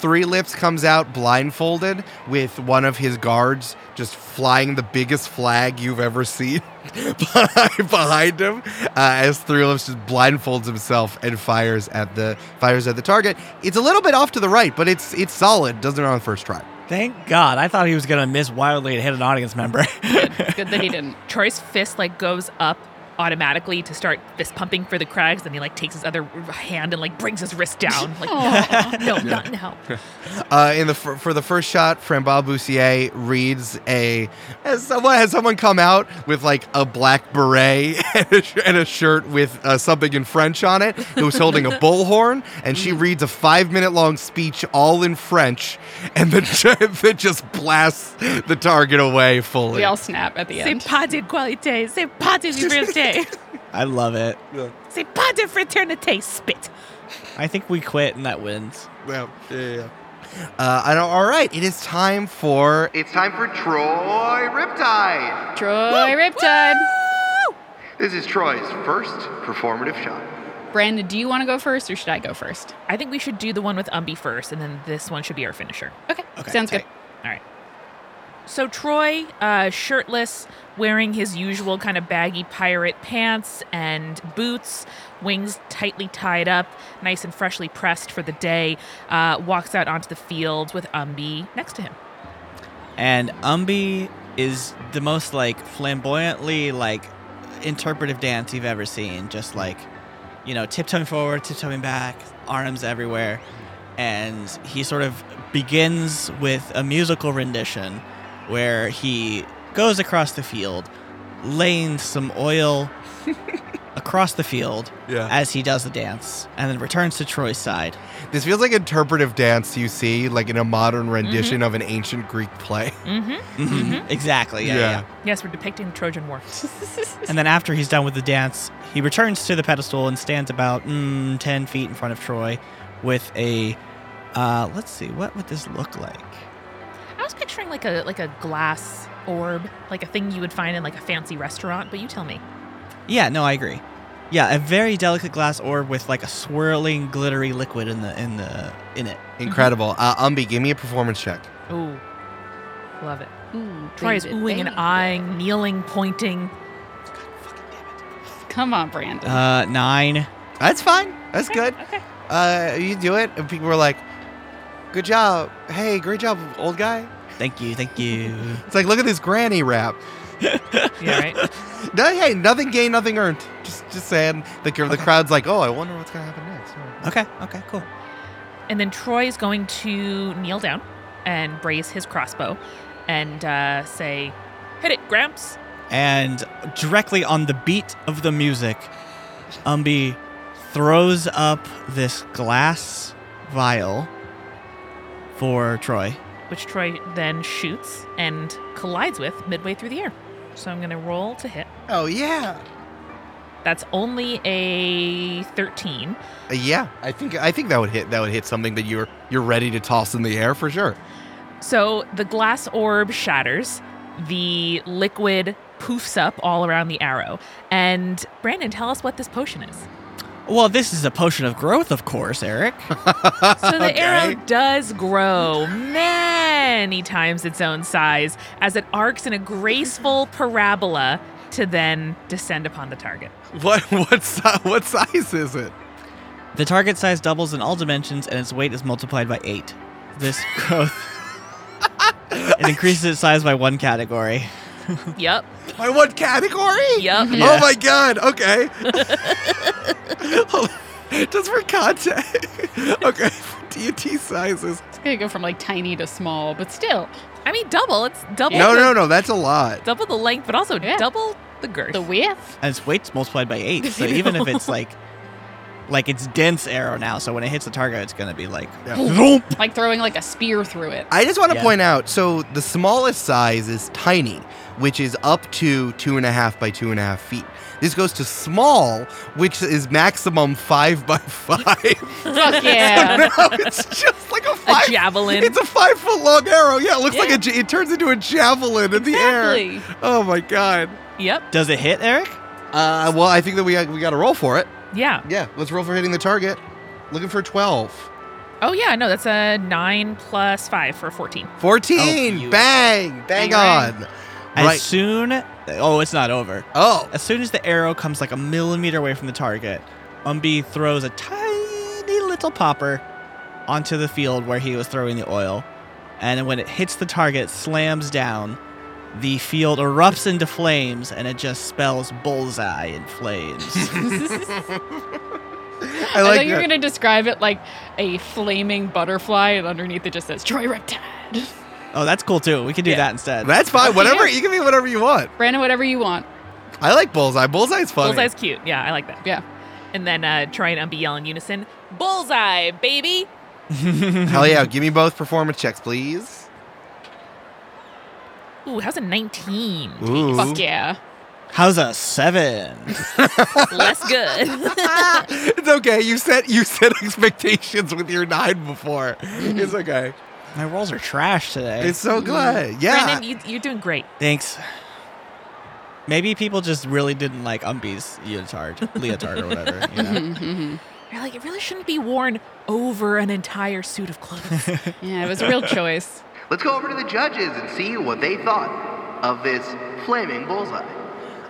Three Lips comes out blindfolded with one of his guards just flying the biggest flag you've ever seen behind behind him. Uh, as Three Lips just blindfolds himself and fires at the fires at the target. It's a little bit off to the right, but it's it's solid. Doesn't it on the first try. Thank God. I thought he was going to miss wildly and hit an audience member. Good that he didn't. Troy's fist like goes up automatically to start fist pumping for the crags. And he like takes his other hand and like brings his wrist down. Like, no, no, not now. Uh, in the for, for the first shot, Frambal Boussier reads a has someone has someone come out with like a black beret and a, sh- and a shirt with uh, something in French on it. Who's holding a bullhorn, and she reads a five minute long speech all in French, and then that just blasts the target away fully. We all snap at the end. C'est pas de qualité, c'est pas de liberté, I love it. c'est pas de fraternité, spit. I think we quit and that wins. Yeah, yeah, yeah. Uh, I don't, all right, it is time for It's time for Troy Riptide. Troy Riptide. This is Troy's first performative shot. Brandon, do you want to go first or should I go first? I think we should do the one with Umby first, and then this one should be our finisher. Okay. Sounds good. All right. So Troy, uh, shirtless, wearing his usual kind of baggy pirate pants and boots, wings tightly tied up, nice and freshly pressed for the day, uh, walks out onto the field with Umby next to him. And Umby is the most like flamboyantly like interpretive dance you've ever seen. Just like, you know, tiptoeing forward, tiptoeing back, arms everywhere. And he sort of begins with a musical rendition where he goes across the field, laying some oil across the field Yeah. as he does the dance, and then returns to Troy's side. This feels like interpretive dance you see, like in a modern rendition of an ancient Greek play. Mm-hmm. Exactly. yeah. yeah. Yes, we're depicting the Trojan War. And then after he's done with the dance, he returns to the pedestal and stands about mm, 10 feet in front of Troy with a. Uh, let's see, what would this look like? I was picturing like a like a glass orb, like a thing you would find in like a fancy restaurant. But you tell me. Yeah, no, I agree. Yeah, a very delicate glass orb with like a swirling, glittery liquid in the in the in it. Incredible. Uh, Umby, give me a performance check. Ooh, love it. Ooh, Troy is baby, oohing and baby. eyeing, kneeling, pointing. Come on, Brandon. Uh, nine. That's fine. That's good. Okay. Uh, you do it, and people were like, "Good job! Hey, great job, old guy." Thank you, thank you. It's like, look at this granny rap. Yeah, right. No, hey, nothing gained, nothing earned. Just, just saying. The, the crowd's like, "Oh, I wonder what's gonna happen next." okay, okay, cool. And then Troy is going to kneel down and brace his crossbow and uh, say, Hit it, Gramps. And directly on the beat of the music, Umby throws up this glass vial for Troy. Which Troy then shoots and collides with midway through the air. So I'm going to roll to hit. Oh yeah, That's only a 13. Uh, yeah. I think I think that would hit. That would hit something that you're you're ready to toss in the air for sure. So the glass orb shatters, the liquid poofs up all around the arrow. And Brandon, tell us what this potion is. Well, this is a potion of growth, of course, Eric. So the arrow does grow many times its own size as it arcs in a graceful parabola to then descend upon the target. What what si- what size is it? the target size doubles in all dimensions, and its weight is multiplied by eight. This growth. it increases its size by one category. Yep. My one category? Yep. Oh my god, okay. Hold on. Just for context. okay, D&T sizes. it's going to go from like tiny to small, but still, I mean, double. It's double. No, the, no, no, that's a lot. Double the length, but also Yeah. double the girth. the width. And its weight's multiplied by eight. So even if it's like like it's dense arrow now, so when it hits the target it's gonna be like Like throwing like a spear through it. I just want to Yeah. point out so the smallest size is tiny, which is up to two and a half by two and a half feet. This goes to small, which is maximum five by five. Fuck yeah. no, it's just like a five. javelin. It's a five foot long arrow. Yeah, it looks like a, j- it turns into a javelin in the Exactly. air. Oh my god. Yep. Does it hit, Eric? Uh, well, I think that we we got to roll for it. Yeah. Yeah, let's roll for hitting the target. Looking for 12. Oh, yeah. No, that's a nine plus five for 14. 14. Oh, you- bang. Bang Bang, on. As Right. soon Oh, it's not over. Oh. As soon as the arrow comes like a millimeter away from the target, Umby throws a tiny little popper onto the field where he was throwing the oil. And when it hits the target, slams down The field erupts into flames, and it just spells bullseye in flames. I I like thought you were that. going to describe it like a flaming butterfly, and underneath it just says Troy Reptile. oh, that's cool too. We can do that instead. That's fine. Whatever yeah. you can be whatever you want. Brandon, whatever you want. I like bullseye. Bullseye's funny. Bullseye's cute. Yeah, I like that. Yeah. And then uh, Troy and Umby yell in unison, Bullseye, baby! Hell yeah! Give me both performance checks, please. Ooh, how's a 19? Ooh. Fuck yeah. How's a seven? Less good. it's okay. You set you set expectations with your nine before. Mm-hmm. It's okay. My rolls are trash today. It's so good. Yeah. Brandon, you, you're doing great. Thanks. Maybe people just really didn't like Umby's leotard, leotard or whatever. You know? You're like, it really shouldn't be worn over an entire suit of clothes. Yeah, it was a real choice. Let's go over to the judges and see what they thought of this flaming bullseye.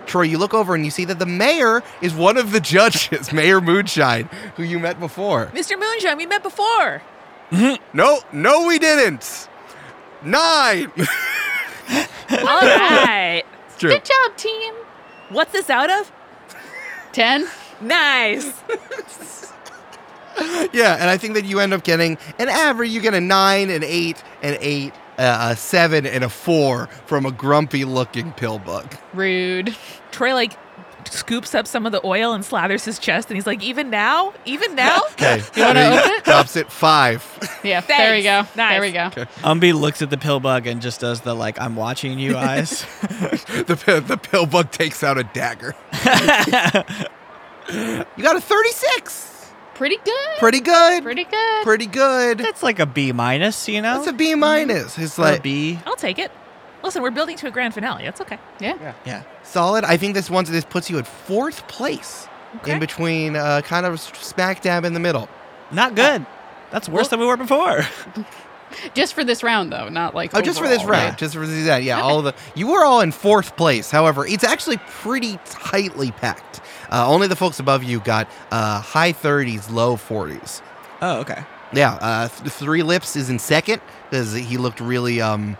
Troy, you look over and you see that the mayor is one of the judges, Mayor Moonshine, who you met before. Mr. Moonshine, we met before. No, no, we didn't. Nine. All right. It's true. Good job, team. What's this out of? 10. Nice. Yeah, and I think that you end up getting an average. You get a nine, an eight, an eight, uh, a seven, and a four from a grumpy-looking pill bug. Rude. Troy, like, scoops up some of the oil and slathers his chest, and he's like, even now? Even now? Okay, You wanna Three, open it? drops it five. Yeah, there we go. Thanks. Nice. There we go. Umby looks at the pill bug and just does the like I'm watching you eyes. the pi- the pill bug takes out a dagger. you got a thirty-six. Pretty good. Pretty good. Pretty good. Pretty good. That's like a B minus, you know. That's a B minus. It's Or a like B. I'll take it. Listen, we're building to a grand finale. That's okay. yeah. Yeah. solid. I think this one's this puts you at fourth place, Okay. in between, uh, kind of smack dab in the middle. Not good. That's worse than we were before. Just for this round, though, not like. Oh, just for this overall, round, just for this round. Yeah, all the you were all in fourth place. However, it's actually pretty tightly packed. Uh, only the folks above you got uh, high thirties, low forties. Oh, okay. Yeah, uh, th- Three Lips is in second because he looked really. Um,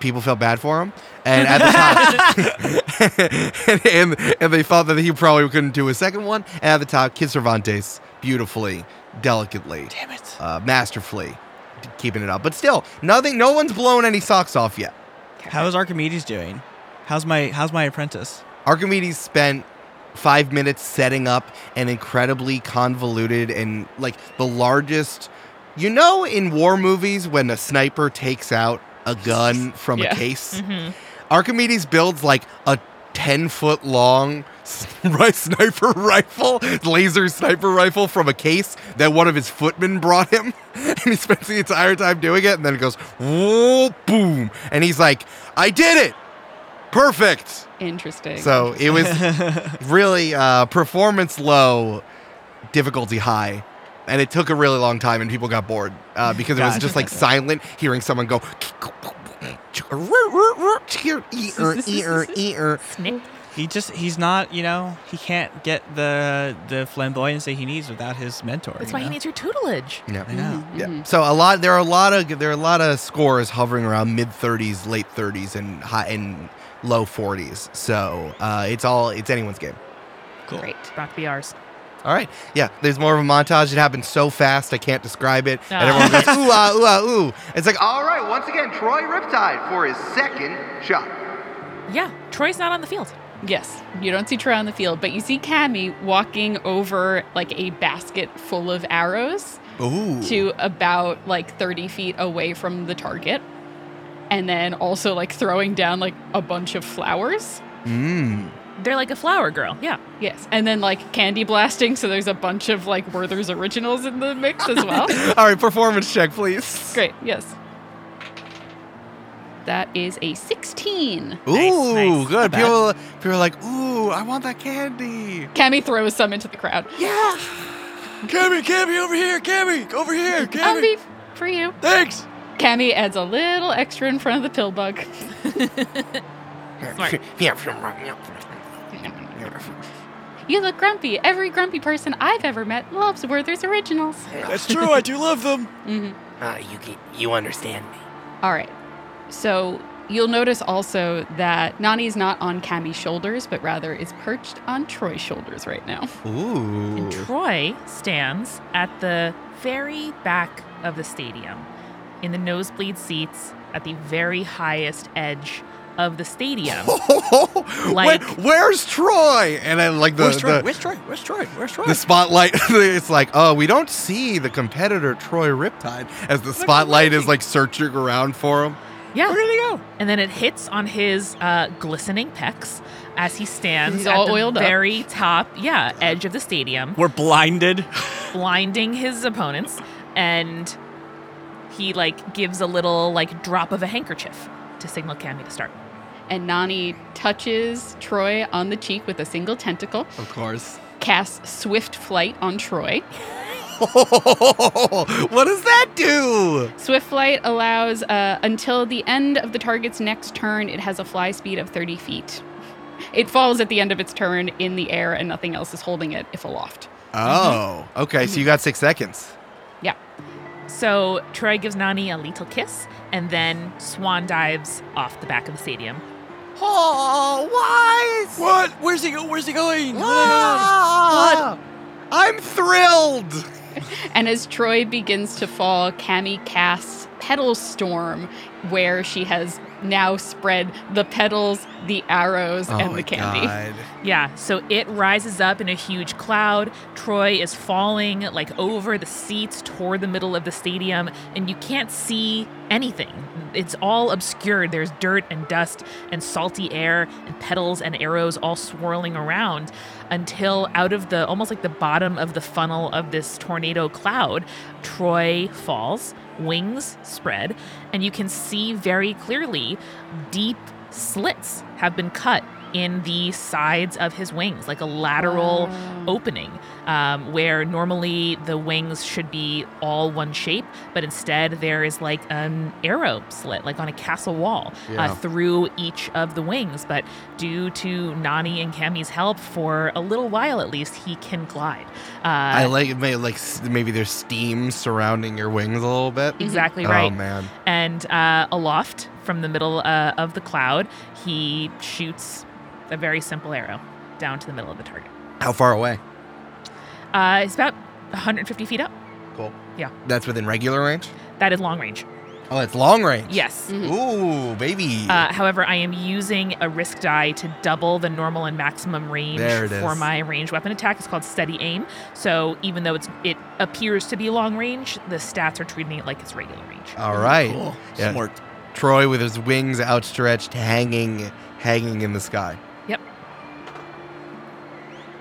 people felt bad for him, and at the top, and, and and they thought that he probably couldn't do a second one. And at the top, Kid Cervantes, beautifully, delicately, Damn it. uh, masterfully, d- keeping it up. But still, nothing. No one's blown any socks off yet. How is Archimedes doing? How's my How's my apprentice? Archimedes spent five minutes setting up an incredibly convoluted and like the largest. You know, in war movies, when a sniper takes out a gun from Yeah. a case, hmm Archimedes builds like a 10 foot long ri- sniper rifle, laser sniper rifle from a case that one of his footmen brought him. And he spends the entire time doing it. And then it goes, whoa, boom. And he's like, I did it. Perfect. Interesting. So it was really uh, performance low, difficulty high. And it took a really long time, and people got bored uh, because it was Gotcha. just like silent hearing someone go. Ear, ear, ear. Snick. He just he's not you know he can't get the the flamboyance that he needs without his mentor. That's you why he know? needs your tutelage. I know. Yeah. So a lot there are a lot of there are a lot of scores hovering around mid 30s, late 30s, and high and low 40s. So uh, it's all it's anyone's game. Cool. great. About to be ours. All right. Yeah. There's more of a montage. It happens so fast I can't describe it. And Ah. everyone goes ooh ah ooh ah ooh. It's like All right, once again, Troy Riptide for his second shot. Yeah, Troy's not on the field. Yes, you don't see Troy on the field, but you see Cammy walking over like a basket full of arrows ooh. to about like 30 feet away from the target. And then also like throwing down like a bunch of flowers. Mm. They're like a flower girl. Yeah. Yes. And then like candy blasting. So there's a bunch of like Werther's originals in the mix as well. All right. Performance check, please. Great. Yes. That is a 16. Ooh, nice. Not good. bad. People, people are like, ooh, I want that candy. Cammy throws some into the crowd. Yeah. Cammy, Cammy, over here, Cammy, over here, I'll Cammy. be for you. Thanks. Cammy adds a little extra in front of the pill bug. Smart. You look grumpy. Every grumpy person I've ever met loves Werther's originals. That's true. I do love them. Mm-hmm. Uh, you, can, you understand me. All right. So You'll notice also that Nani's not on Cammy's shoulders, but rather is perched on Troy's shoulders right now. Ooh. Mm-hmm. And Troy stands at the very back of the stadium in the nosebleed seats at the very highest edge of the stadium. Like- Where- where's Troy? And then like the Where's Troy? the, Where's Troy? Where's Troy? Where's Troy? the spotlight, it's like, oh, we don't see the competitor Troy Riptide as the spotlight is like searching around for him. yeah. Where did he go? And then it hits on his uh, glistening pecs as he stands He's at all the oiled up. very top, yeah, edge of the stadium, We're blinded. blinding his opponents, and he like gives a little like drop of a handkerchief to signal Cammy to start. And Nani touches Troy on the cheek with a single tentacle, Of course. casts Swift Flight on Troy. what does that do? Swift Flight allows uh, until the end of the target's next turn, it has a fly speed of 30 feet. It falls at the end of its turn in the air, and nothing else is holding it if aloft. Oh, okay. So you got six seconds. Yeah. So Troy gives Nani a lethal kiss and then swan dives off the back of the stadium. Oh, why? What? Where's he go? Where's he going? Oh What? I'm thrilled. And as Troy begins to fall, Cammy casts Petal Storm, where she has now spread the petals, the arrows, Oh and the candy. Yeah, so it rises up in a huge cloud. Troy is falling like over the seats toward the middle of the stadium, and you can't see anything. It's all obscured. There's dirt and dust and salty air and petals and arrows all swirling around until out of the almost like the bottom of the funnel of this tornado cloud, Troy falls, wings spread, and you can see very clearly deep slits have been cut in the sides of his wings, like a lateral Oh. opening, um, where normally the wings should be all one shape, but instead there is like an arrow slit, like on a castle wall, Yeah. uh, through each of the wings. But due to Nani and Cammy's help, for a little while at least, he can glide. Uh, I like may, like s- maybe there's steam surrounding your wings a little bit. exactly right. Oh man. and uh, aloft from the middle uh, of the cloud, he shoots a very simple arrow down to the middle of the target. How far away? Uh, it's about 150 feet up. Cool. Yeah. That's within regular range. That is long range. Oh, it's long range. Yes. Ooh, baby. Uh, however, I am using a risk die to double the normal and maximum range There it for is. my range weapon attack. It's called steady aim. So even though it's it appears to be long range, the stats are treating it like it's regular range. All right. Cool. Yeah. Smart. Troy with his wings outstretched, hanging, hanging in the sky.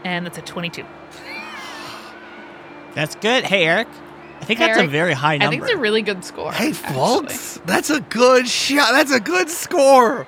And that's a 22. That's good. Hey, Eric. I think that's a Eric, very high I number. think it's a really good score. Hey, actually. folks, that's a good shot. That's a good score.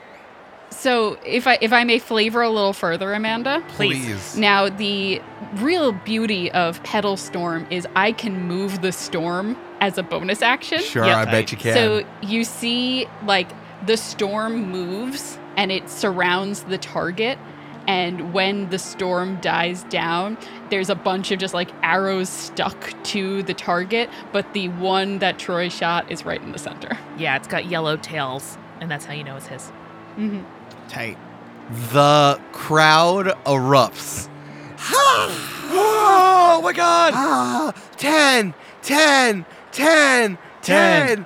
So, if I if I may flavor a little further, Amanda. Please. Now, the real beauty of Petal Storm is I can move the storm as a bonus action. Sure, Yeah. I bet you can. So you see, like, the storm moves and it surrounds the target. And when the storm dies down, there's a bunch of just like arrows stuck to the target, but the one that Troy shot is right in the center. Yeah, it's got yellow tails, and that's how you know it's his. tight. the crowd erupts. Oh my God! Ah, 10, 10, 10, 10, 10,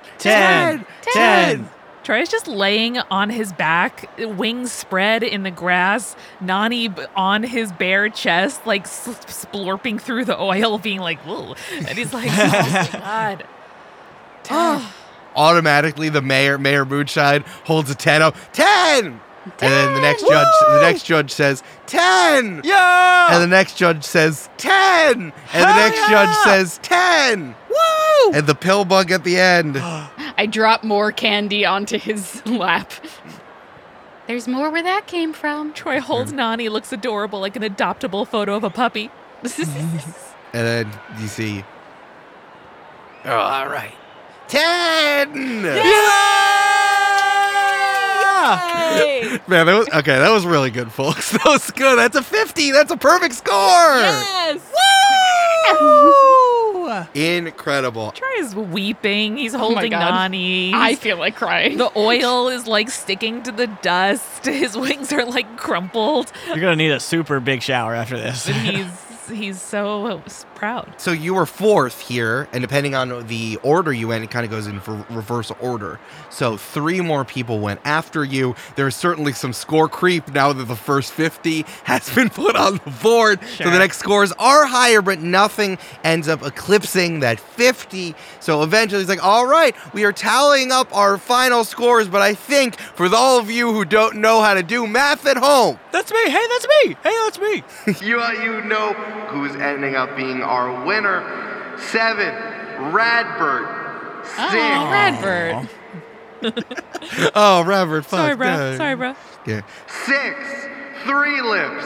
10, 10. Troy is just laying on his back, wings spread in the grass, Nani b- on his bare chest, like s- splorping through the oil, being like, whoa. And he's like, oh my God. Automatically, the mayor, Mayor Moonshine, holds a 10 up. 10! And then the next judge, the next judge says 10. Yeah! And the next judge says 10. And the next judge says 10. Woo! And the pill bug at the end. I drop more candy onto his lap. There's more where that came from. Troy holds Nani, looks adorable, like an adoptable photo of a puppy. And then you see. Oh, all right. Ten. Man, that was okay. That was really good, folks. That was good. That's a fifty. That's a perfect score. Yes! Yeah. Incredible. Char is weeping. He's Oh my holding God. Nani. I feel like crying. the oil is like sticking to the dust. His wings are like crumpled. You're gonna need a super big shower after this. But he's he's so proud. So you were fourth here, and depending on the order you went, it kind of goes in for reverse order. So three more people went after you. There's certainly some score creep now that the first 50 has been put on the board. So the Sure. next scores are higher, but nothing ends up eclipsing that 50. So eventually it's like, all right, we are tallying up our final scores, but I think for all of you who don't know how to do math at home, that's me. Hey, that's me. Hey, that's me. you, uh, you know who's ending up being our winner. Seven, Radbert. Six. Oh, Radbert. oh, Robert, fuck. Sorry, bro. no. Sorry, bro. Yeah. Six, Three Lips.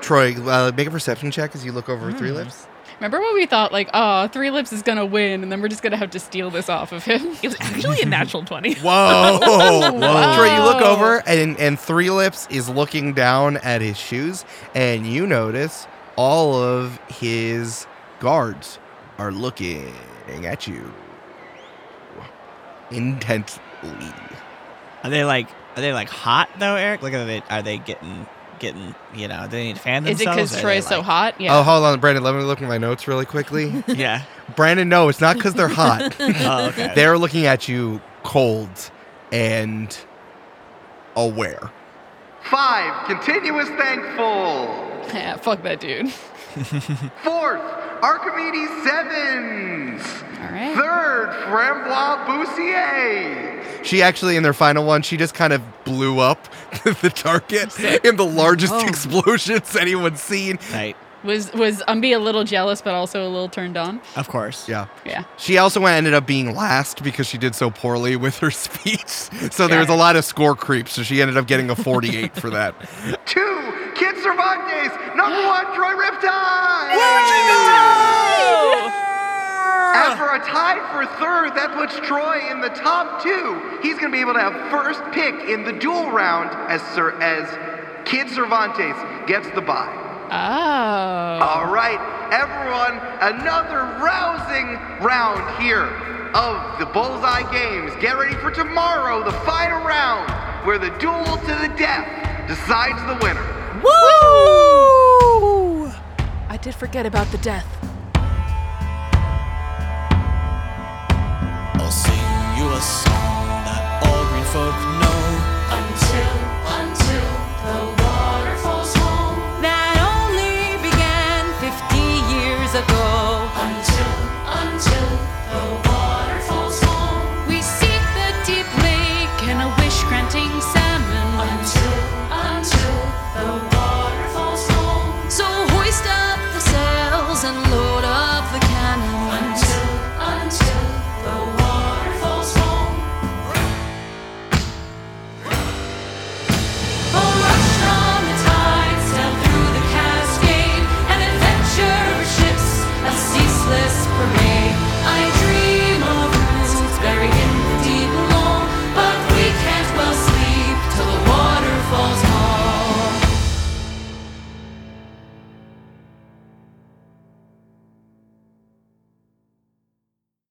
Troy, uh, make a perception check as you look over three lips. Remember when we thought like, oh, Three Lips is gonna win, and then we're just gonna have to steal this off of him. It was actually a natural twenty. Whoa! Whoa. Troy, you look over, and and Three Lips is looking down at his shoes, and you notice all of his guards are looking at you intently. Are they like? Are they like hot though, Eric? Like, are they? Are they getting? Getting? You know? Do they need to fan Is it themselves? because Are they, Troy's so like- hot? Oh, Yeah. hold on, Brandon. Let me look at my notes really quickly. Yeah. Brandon, no, it's not because they're hot. Oh, okay. they're looking at you cold and aware. Five, Continuous Thankful. Yeah, fuck that dude. Fourth, Archimedes Sevens. All right. Third, Frambois Boussier. She actually, in their final one, she just kind of blew up the target in the largest explosions anyone's seen. Right. Was was Umby a little jealous, but also a little turned on? Of course. Yeah. Yeah. She also ended up being last because she did so poorly with her speech. So there was a lot of score creep. So she ended up getting a 48 for that. Two, Kid Cervantes. Number one, Troy Riptide. And for a tie for third, that puts Troy in the top two. He's going to be able to have first pick in the dual round as Sir as Kid Cervantes gets the bye. Oh. All right, everyone, another rousing round here of the Bullseye Games. Get ready for tomorrow, the final round, where the duel to the death decides the winner. Woo! I did forget about the death. I'll sing you a song that all green folk know. Until, until the water falls home. That only began 50 years ago. Until, until the water falls home. We seek the deep lake in a wish granting sound.